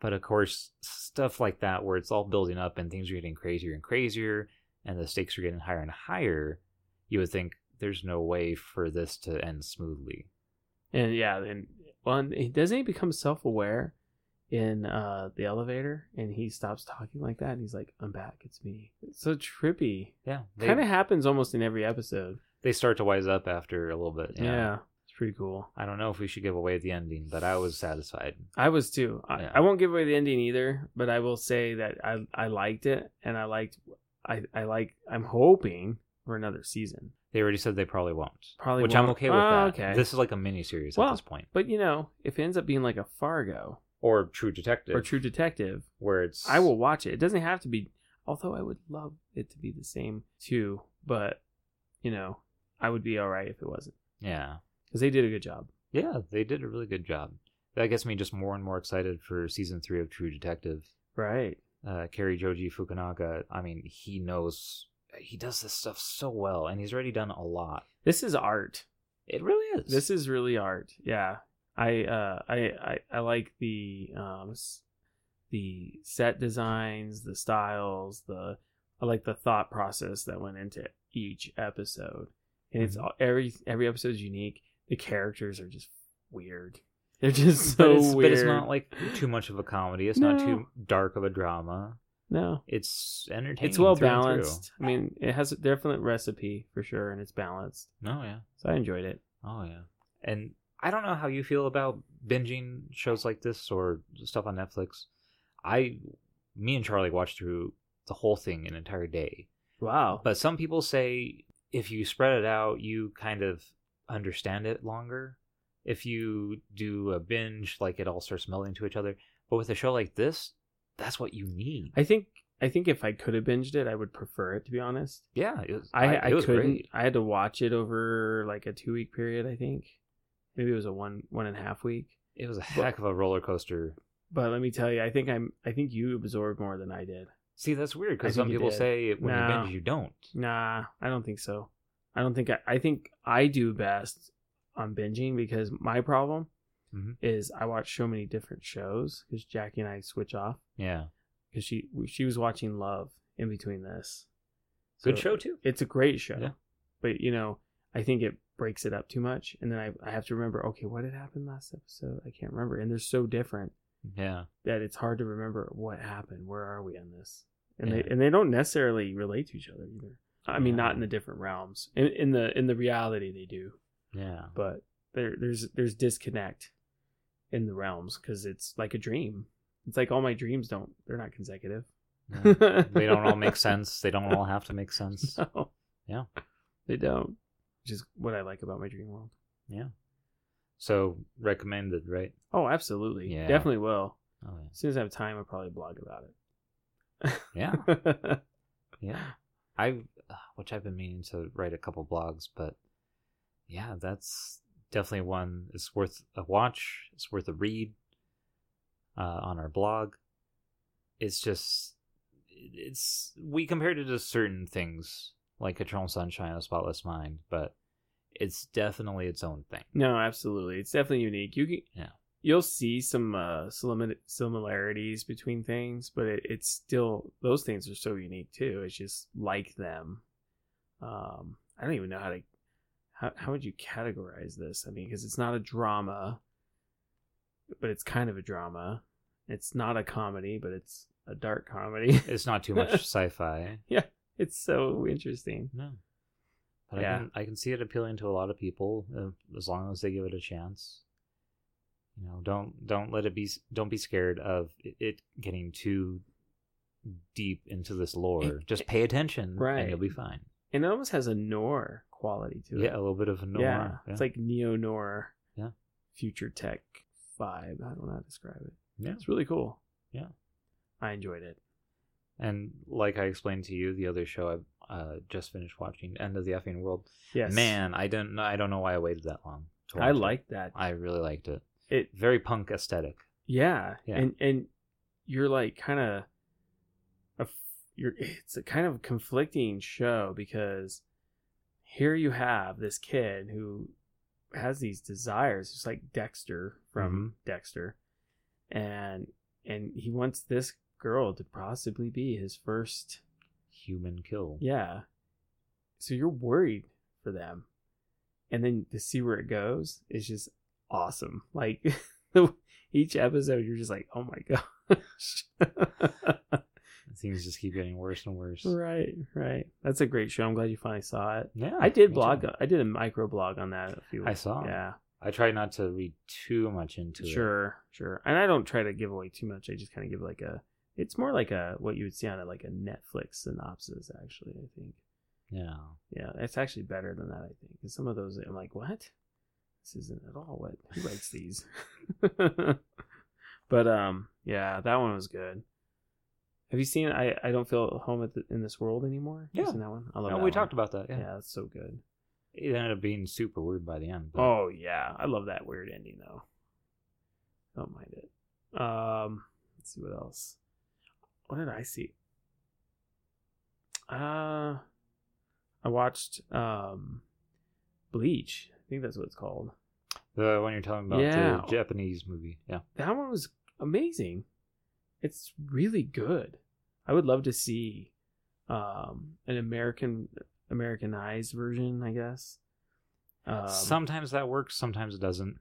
But of course, stuff like that where it's all building up and things are getting crazier and crazier and the stakes are getting higher and higher, you would think there's no way for this to end smoothly.
And yeah, and well, and he doesn't he become self aware in uh the elevator and he stops talking like that and he's like, I'm back, it's me. It's so trippy.
Yeah, they,
Kind of happens almost in every episode.
they start to wise up after a little bit.
Yeah. It's pretty cool.
I don't know if we should give away the ending, but I was satisfied.
I was too. I,
Yeah.
I won't give away the ending either, but I will say that I I liked it and I liked I I like I'm hoping for another season.
They already said they probably won't.
Probably
which I'm
won't.
okay with
Oh,
that.
okay.
This is like a mini series
Well-
at this point.
But you know, if it ends up being like a Fargo
Or True Detective.
or True Detective,
where it's
I will watch it. It doesn't have to be although I would love it to be the same too, but you know, I would be all right if it wasn't.
Yeah.
Cuz they did a good job.
Yeah, they did a really good job. That gets me just more and more excited for season three of True Detective.
Right.
Uh Kerry Joji Fukunaga, I mean, he knows he does this stuff so well and he's already done a lot.
This is art.
It really is.
This is really art. Yeah. I uh I I, I like the um s- the set designs, the styles, the I like the thought process that went into each episode. And it's
Mm-hmm.
all, every every episode's unique. The characters are just weird. They're just so
but, it's,
weird.
but it's not like too much of a comedy. It's not
No.
too dark of a drama.
no.
It's entertaining.
It's well
through and through.
balanced. I mean, it has a definite recipe for sure, and it's balanced.
No, yeah.
So I enjoyed it.
Oh yeah. And I don't know how you feel about binging shows like this or stuff on Netflix. I me and Charlie watched through the whole thing an entire day.
Wow.
But some people say if you spread it out, you kind of understand it longer. If you do a binge, like it all starts melding to each other. But with a show like this, that's what you need.
I think I think if I could have binged it, I would prefer it to be honest.
yeah, it was,
I I,
it was
couldn't.
great.
I had to watch it over like a two week period. I think maybe it was a one one and a half week.
It was a heck of a roller coaster.
But let me tell you, I think I'm I think you absorbed more than I did.
See, that's weird
I
because
think
some
you
people
did.
say when
No.
you binge, you don't.
Nah, I don't think so. I don't think I, I think I do best on binging because my problem
Mhm.
is I watch so many different shows because Jackie and I switch off
Yeah,
because she she was watching Love in between this.
good
So
show too.
It's a great show,
Yeah.
but you know I think it breaks it up too much, and then I I have to remember okay what had happened last episode I can't remember, and they're so different
Yeah.
that it's hard to remember what happened. Where are we on this? And
Yeah.
they and they don't necessarily relate to each other either. I mean,
Yeah.
not in the different realms. In, in the in the reality, they do,
Yeah.
but there there's there's disconnect in the realms because it's like a dream. It's like all my dreams don't they're not consecutive.
Yeah. they don't all make sense. They don't all have to make sense.
No.
Yeah.
they don't. Which is what I like about my dream world.
So recommended, right?
Oh, absolutely.
Yeah.
Definitely will.
Oh
As soon as I have time, I'll probably blog about
yeah. Yeah.
it.
Yeah. I uh, which I've been meaning to write a couple blogs, but yeah, that's definitely one. It's worth a watch. It's worth a read uh, on our blog. It's just it's we compared it to certain things like Eternal Sunshine of Spotless Mind, but it's definitely its own thing.
No, absolutely. It's definitely unique. You can,
Yeah.
you'll see some uh, similar- similarities between things, but it, it's still those things are so unique too. It's just like them. Um, I don't even know how to how how would you categorize this? I mean, because it's not a drama, but it's kind of a drama. It's not a comedy, but it's a dark comedy.
It's not too much sci-fi.
it's so interesting.
No. But
Yeah.
I can I can see it appealing to a lot of people uh, as long as they give it a chance. You know, don't don't let it be s- don't be scared of it- it getting too deep into this lore. Just pay attention
Right.
and you'll be fine.
And it almost has a noir quality to it.
Yeah, a little bit of a noir.
yeah,
Yeah.
it's like neo noir.
Yeah.
Future tech vibe. I don't know how to describe it.
Yeah.
It's really cool.
Yeah.
I enjoyed it.
and like I explained to you the other show I uh, just finished watching End of the Effing World.
Yes.
Man, I don't know I don't know why I waited that long. to
I
watch it.
like that.
I really liked it.
It
Very punk aesthetic.
yeah.
Yeah.
And and you're like kind of a you're it's a kind of conflicting show because here you have this kid who has these desires just like Dexter from Dexter and and he wants this girl to possibly be his first
Human kill.
Yeah. So you're worried for them. And then to see where it goes is just awesome. Like each episode, you're just like, oh my gosh.
Things just keep getting worse and worse.
right, right. That's a great show. I'm glad you finally saw it.
Yeah,
I did
me
blog.
too.
I did a micro blog on that. A few.
I saw.
Yeah,
I try not to read too much into it.
sure, sure. And I don't try to give away too much. I just kind of give like a. It's more like a what you would see on a, like a Netflix synopsis. Actually, I think.
Yeah.
Yeah, it's actually better than that. I think 'Cause some of those I'm like, what? This isn't at all what who writes these. but um, yeah, that one was good. Have you seen? I I don't feel at home at the, in this world anymore. Have you
Yeah.
seen that one. I love.
No,
that
we
one.
talked about that. Yeah.
Yeah, that's so good.
It ended up being super weird by the end. but-
Oh yeah, I love that weird ending though. Don't mind it. Um, let's see what else. What did I see? Uh, I watched um, Bleach. I think that's what it's called.
The one you're talking about,
Yeah.
the Japanese movie. Yeah.
That one was amazing. It's really good. I would love to see um an American Americanized version. I guess. Um,
sometimes that works, sometimes it doesn't.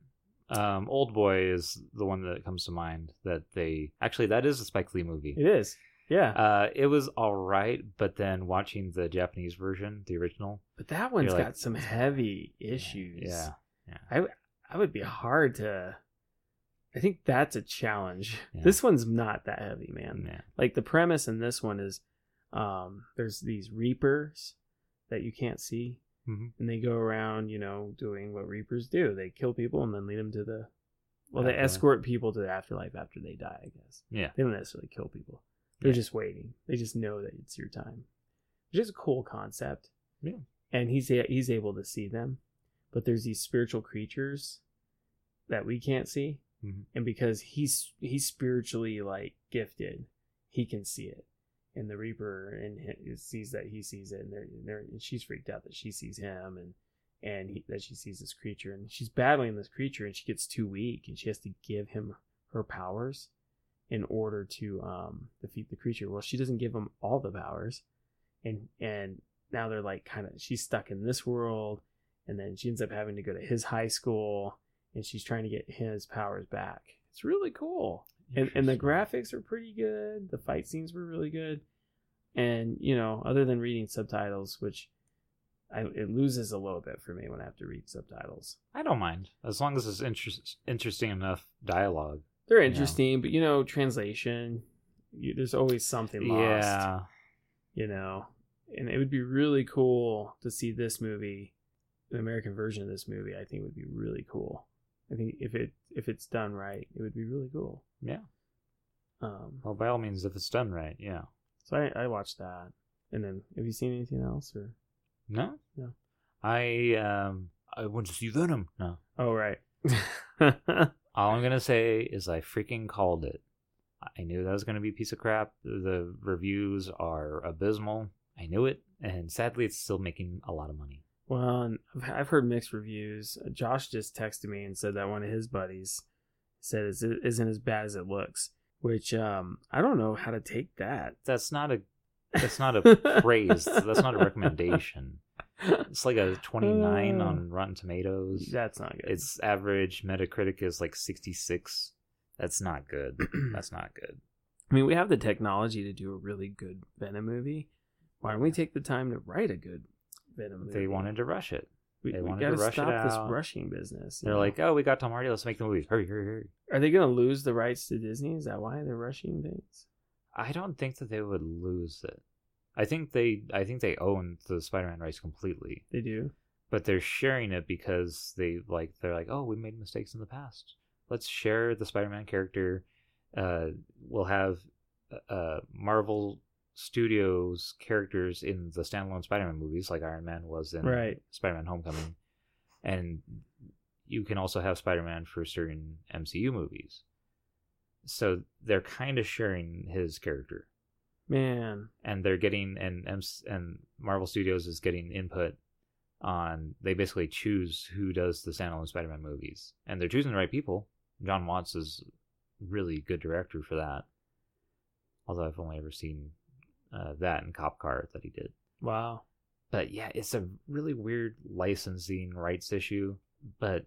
Um, Old Boy is the one that comes to mind that they actually that is a Spike Lee movie.
It is. Yeah.
Uh, it was all right, but then watching the Japanese version, the original,
But that one's
like,
got some heavy issues.
yeah,
I would be hard to. I think that's a challenge.
Yeah.
This one's not that heavy, man.
yeah,
Like the premise in this one is, um, there's these reapers that you can't see,
Mhm.
and they go around, you know, doing what reapers do. They kill people and then lead them to the. Well, they
Afterlife.
escort people to the afterlife after they die. I guess
yeah,
they don't necessarily kill people. They're
Yeah.
just waiting. They just know that it's your time. Which is a cool concept.
Yeah.
And he's a- he's able to see them, but there's these spiritual creatures that we can't see,
Mhm.
and because he's he's spiritually like gifted, he can see it, and the Reaper and he sees that he sees it, and they're, and they're and she's freaked out that she sees him, and and he, that she sees this creature, and she's battling this creature, and she gets too weak, and she has to give him her powers in order to um, defeat the creature. Well, she doesn't give him all the powers, and and now they're like kind of she's stuck in this world, and then she ends up having to go to his high school, and she's trying to get his powers back. It's really cool, and and the
Interesting.
graphics are pretty good. The fight scenes were really good, and you know, other than reading subtitles, which I, it loses a little bit for me when I have to read subtitles.
I don't mind as long as it's interest, interesting enough dialogue.
They're
Yeah.
interesting, but you know, translation, you, there's always something lost.
Yeah,
you know and it would be really cool to see this movie an american version of this movie i think would be really cool i think if it if it's done right it would be really cool
yeah. Oh.
um
Well, by all means, if it's done right, yeah.
so i i watched that and then have you seen anything else or
No,
No.
I um, I want to see Venom. No,
oh right
All I'm gonna say is I freaking called it. I knew that was gonna be a piece of crap. The reviews are abysmal. I knew it, and sadly, it's still making a lot of money.
well and I've- i've heard mixed reviews josh just texted me and said that one of his buddies said it's- it isn't as bad as it looks which um i don't know how to take that
That's not a that's not a praise. That's not a recommendation. It's like a 29
Uh,
on Rotten Tomatoes.
that's not good
It's average. Metacritic is like 66. That's not good. That's not good.
I mean, we have the technology to do a really good Venom movie. Why don't we take the time to write a good Venom movie?
They wanted to rush it.
we,
they
we
wanted to
gotta
rush it
stop this
out.
rushing business. you
They're
know?
like, oh, we got Tom Hardy. Let's make the movie. Hurry, hurry, hurry.
are they gonna lose the rights to Disney? Is that why they're rushing things?
I don't think that they would lose it. I think they I think they own the Spider-Man rights completely,
They do.
but they're sharing it because they like they're like, "Oh, we made mistakes in the past. Let's share the Spider-Man character. Uh we'll have uh Marvel Studios characters in the standalone Spider-Man movies like Iron Man was in
Right.
Spider-Man Homecoming. And you can also have Spider-Man for certain MCU movies. So they're kind of sharing his character
Man,
and they're getting and MC, and Marvel Studios is getting input on they basically choose who does the standalone Spider-Man movies, and they're choosing the right people. John Watts is really good director for that, although I've only ever seen uh, that and Cop Car that he did.
wow.
But yeah, it's a really weird licensing rights issue, but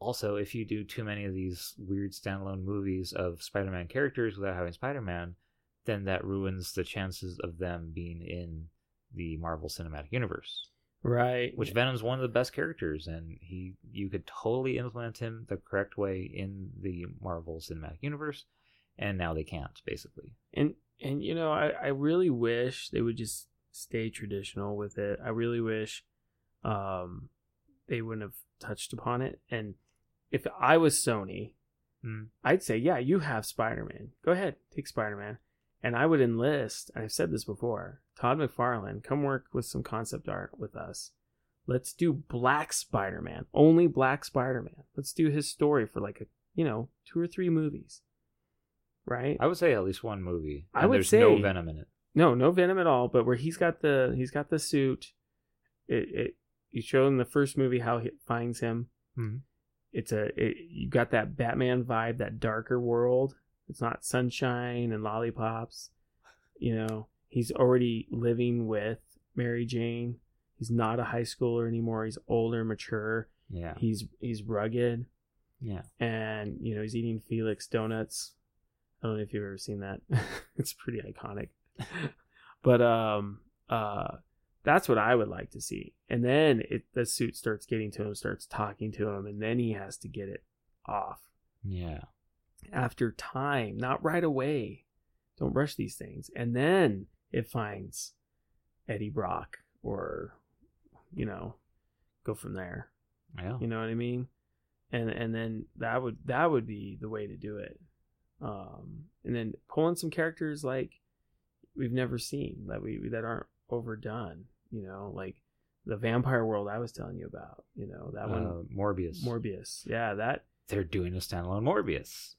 also, if you do too many of these weird standalone movies of Spider Man characters without having Spider Man, then that ruins the chances of them being in the Marvel Cinematic Universe.
Right.
Which Venom's one of the best characters, and he you could totally implement him the correct way in the Marvel Cinematic Universe, and now they can't, basically.
and and you know, I, I really wish they would just stay traditional with it. I really wish um they wouldn't have touched upon it. And if I was Sony,
Mm.
I'd say, yeah, you have Spider Man. Go ahead, take Spider Man. And I would enlist, and I've said this before, Todd McFarlane, come work with some concept art with us. Let's do Black Spider Man, only Black Spider Man. Let's do his story for like a, you know, two or three movies. Right?
I would say at least one movie.
I
and
would
there's
say-
no Venom in it.
No, no Venom at all, but where he's got the he's got the suit. It it you show in the first movie how he finds him.
Mhm.
It's a it, you got that Batman vibe, that darker world. It's not sunshine and lollipops. You know, he's already living with Mary Jane. He's not a high schooler anymore. He's older, mature.
Yeah.
He's he's rugged
Yeah.
and you know he's eating Felix donuts. I don't know if you've ever seen that. it's pretty iconic. but um uh that's what I would like to see. And then it the suit starts getting to him, starts talking to him, and then he has to get it off
Yeah.
after time, not right away. Don't rush these things. And then it finds Eddie Brock or you know, go from there.
Yeah.
You know what I mean? And and then that would that would be the way to do it. Um, and then pulling some characters like we've never seen that we that aren't overdone. You know, like the vampire world I was telling you about. You know that one
Uh, Morbius.
Morbius. Yeah, that
They're doing a standalone Morbius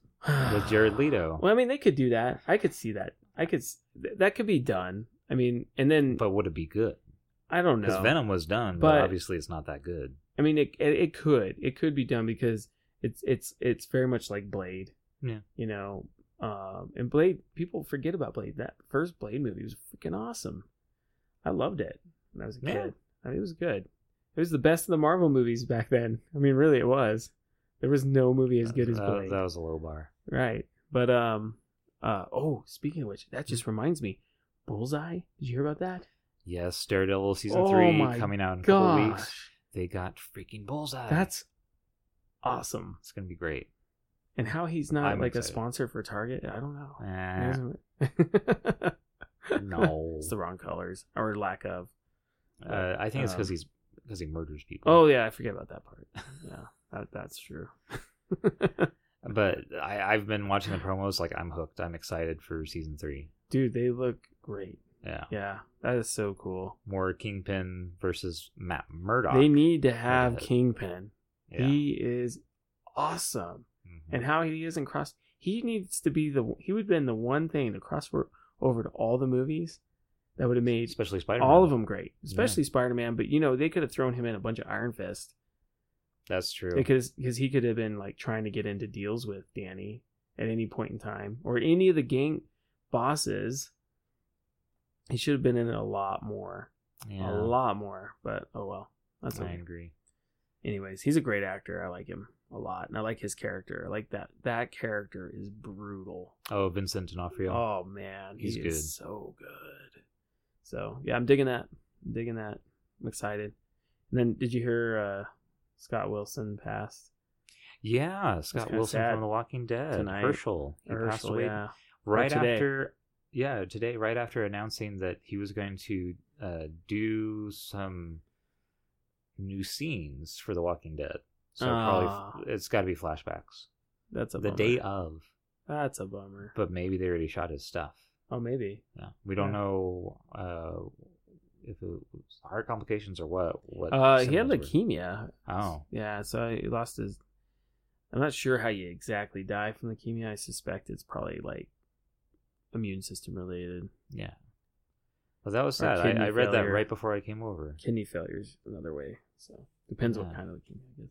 with Jared Leto.
Well, I mean, they could do that. I could see that. I could s- th- that could be done. I mean, and then
But would it be good?
I don't
Because
know.
Venom was done, but,
But-
obviously it's not that good.
I mean, it, it it could it could be done because it's it's it's very much like Blade.
Yeah.
You know, um, and Blade people forget about Blade. That first Blade movie was freaking awesome. I loved it when I was a kid.
Yeah.
I mean, it was good. It was the best of the Marvel movies back then. I mean, really, it was. There was no movie as good as
That-
Blade.
That was a low bar.
Right. But um uh oh, speaking of which, that just reminds me. Bullseye? Did you hear about that?
Yes, Daredevil season
Oh
three
my
coming out in a couple weeks.
Gosh.
They got freaking Bullseye.
That's awesome.
it's gonna be great.
And how he's not
I'm
like a
excited.
sponsor for Target, I don't know.
Eh, no,
It's the wrong colors or lack of.
uh, I think it's because
Um,
he's because he murders people.
Oh yeah, I forget about that part. Yeah. That, that's true.
but I, I've been watching the promos. Like I'm hooked. I'm excited for season three.
Dude, they look great.
Yeah,
Yeah. That is so cool.
more Kingpin versus Matt Murdock.
They need to have
Yeah.
Kingpin.
yeah.
He is awesome.
Mhm.
and how he isn't cross. He needs to be the. He would have been the one thing to cross o- over to all the movies that would have made
especially Spider.
all of them great, especially Spider Man. But you know they could have thrown him in a bunch of Iron Fist
That's true.
because because he could have been like trying to get into deals with Danny at any point in time or any of the gang bosses. He should have been in it a lot more,
yeah,
a lot more. But oh well, that's
I
okay
agree.
anyways he's a great actor i like him a lot and i like his character I like that that character is brutal
Oh, Vincent D'Onofrio.
oh man he's
He's
he
good.
is so good so yeah i'm digging that i'm digging that i'm excited and then did you hear uh scott wilson passed
Yeah, Scott
kinda
Wilson
sad.
from The Walking Dead.
Tonight.
Herschel. He passed
Herschel,
away
yeah.
right
today.
after. Yeah, today, right after announcing that he was going to uh, do some new scenes for The Walking Dead. So
Ah.
probably it's got to be flashbacks.
that's a
the
bummer.
day of,
that's a bummer
but maybe they already shot his stuff.
oh maybe
Yeah, we don't
Yeah.
know uh, if it was heart complications or what. What
uh he had
symptoms were.
leukemia
Oh,
yeah so he lost his i'm not sure how you exactly die from leukemia i suspect it's probably like immune system related
yeah. Well, that was
Or
sad. I,
kidney
I read that
failure.
right before I came over.
kidney failures another way. So depends what
Yeah.
kind of leukemia it is.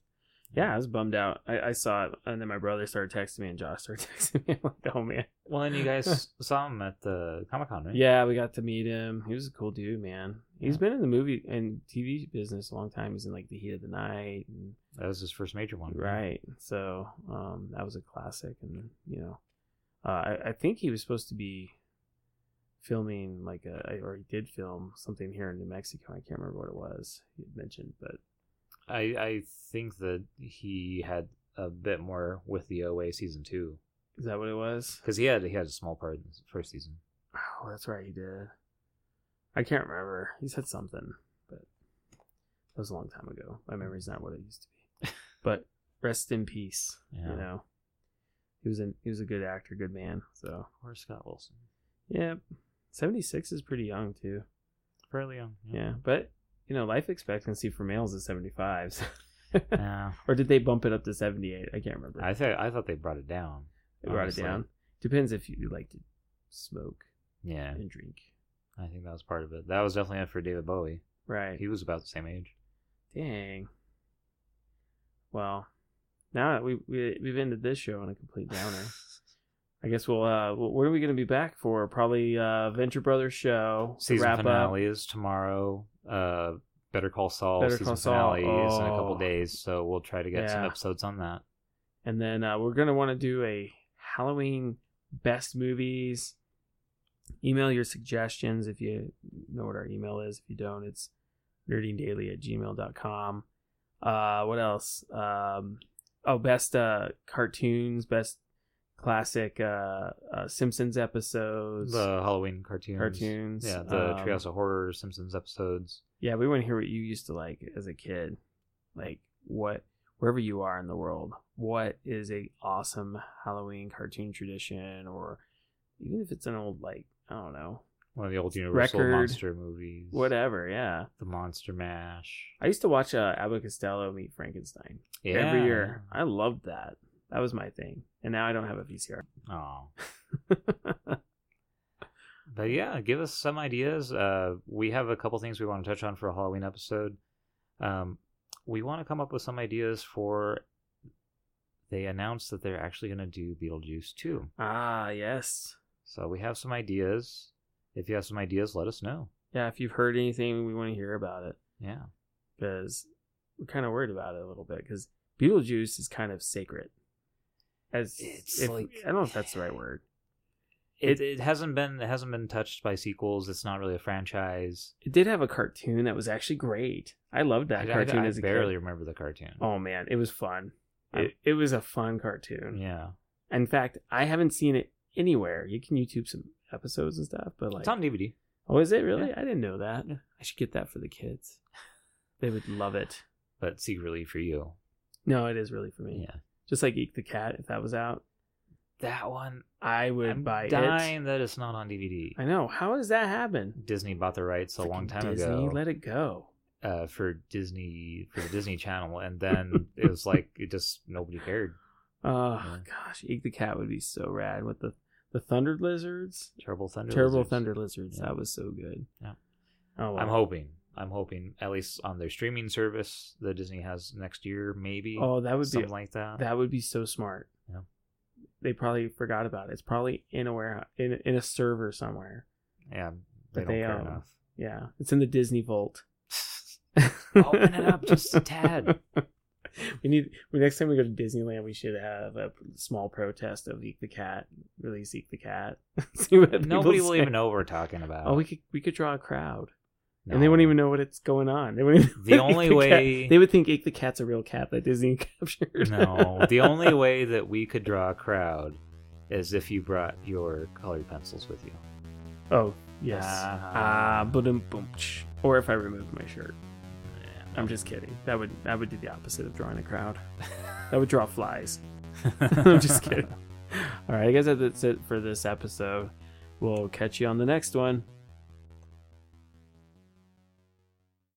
Yeah, I was bummed out. I, I saw it, and then my brother started texting me, and Josh started texting me. I'm like, oh man.
Well, and you guys saw him at the Comic Con, right?
Yeah, we got to meet him. He was a cool dude, man. He's been in the movie and TV business a long time. He's in like the Heat of the Night and
That was his first major one.
Right. So um, that was a classic, and you know, uh, I, I think he was supposed to be filming like a, or he did film something here in New Mexico. I can't remember what it was. He had mentioned, but
I I think that he had a bit more with the OA season two
is that what it was?
because he had he had a small part in his first season.
Oh, that's right, he did. I can't remember. He said something, but that was a long time ago. My memory's not what it used to be. but rest in peace.
Yeah.
You know, he was an he was a good actor, good man. So
Or Scott Wilson,
yeah, seventy six is pretty young too.
fairly young.
Yeah, but you know, life expectancy for males is seventy five.
Yeah.
or did they bump it up to seventy eight? I can't remember.
I thought I thought they brought it down.
they brought
honestly.
it down. Depends if you like to smoke
Yeah,
and drink.
I think that was part of it. That was definitely up for David Bowie.
Right.
He was about the same age.
Dang. Well, now that we, we we've ended this show on a complete downer, I guess we'll. uh wh- What are we going to be back for? Probably uh Venture Brothers show the
season
wrap
finale is tomorrow. Uh, Better Call Saul
Better
season
Call Saul.
finale is in a couple
Oh.
days, so we'll try to get some
Yeah.
episodes on that.
up, and then uh, we're going to want to do a Halloween best movies. Email your suggestions if you know what our email is. If you don't, it's nerdingdaily at gmail.com. Uh, what else? Um, oh, best uh, cartoons, best classic uh, uh, Simpsons episodes,
The Halloween cartoons,
cartoons.
yeah, the
um,
Treehouse of Horror, Simpsons episodes.
Yeah, we want to hear what you used to like as a kid. Like what, wherever you are in the world, what is a awesome Halloween cartoon tradition, or even if it's an old like I don't know,
One of the old Universal
Record. e-
monster movies.
whatever. Yeah,
The Monster Mash.
I used to watch uh, Abbott Costello meet Frankenstein
Yeah.
every year. I loved that. That was my thing. And now I don't have a VCR.
Oh. but yeah, give us some ideas. Uh, we have a couple things we want to touch on for a Halloween episode. Um, we want to come up with some ideas for. They announced that they're actually going to do Beetlejuice too.
ah, yes.
So we have some ideas. If you have some ideas, let us know.
Yeah, if you've heard anything, we want to hear about it
Yeah.
because we're kind of worried about it a little bit because Beetlejuice is kind of sacred. As
It's
if-
like-
I don't know if that's the right word.
It, it hasn't been it hasn't been touched by sequels. It's not really a franchise.
It did have a cartoon that was actually great. I loved that
I- I-
cartoon
I,
as a
barely
kid.
remember the cartoon.
Oh man, it was fun.
I'm-
It, it was a fun cartoon.
yeah.
In fact, I haven't seen it anywhere. You can YouTube some episodes and stuff, but like,
it's on DVD.
oh, is it really?
Yeah.
I didn't know that. I should get that for the kids. They would love it.
But secretly for you.
No, it is really for me.
Yeah.
Just like Eek the Cat, if that was out,
That one
I would
I'm
buy
dying that it's not on DVD.
it. I know. How does that happen?
Disney bought the rights a long
Freaking
time
Disney,
ago
Let it go.
uh, for Disney for the Disney Channel, and then it was like it just nobody cared.
Oh
Yeah.
gosh, Eek the Cat would be so rad with the the Thunder Lizards.
Terrible Thunder.
Terrible
Lizards.
Thunder Lizards.
Yeah.
That was so good.
Yeah.
Oh, wow.
I'm hoping. I'm hoping at least on their streaming service that Disney has next year, maybe
Oh, that would be
something like that.
That would be so smart.
Yeah.
They probably forgot about it. It's probably in a warehouse, in, in a server somewhere.
yeah, they
that
don't
they um,
care
own.
enough.
Yeah, it's in the Disney vault.
Open it up just a tad.
We need well, next time we go to Disneyland, we should have a small protest of Eek the Cat. Release Eek the Cat. See what people
Nobody will
say.
even know what we're talking about.
Oh, we could we could draw a crowd, and
No.
they won't even know what it's going on. They won't even know
The
Eek
only
Cat-
way-
they would think Eek the Cat's a real cat that Disney captured.
no, the only way that we could draw a crowd is if you brought your colored pencils with you.
oh yes.
Ah.
Ah, boom, boom. Or if I remove my shirt.
Yeah.
I'm just kidding. That would that would do the opposite of drawing a crowd. that would draw flies. I'm just kidding. All right, I guess that's it for this episode. We'll catch you on the next one.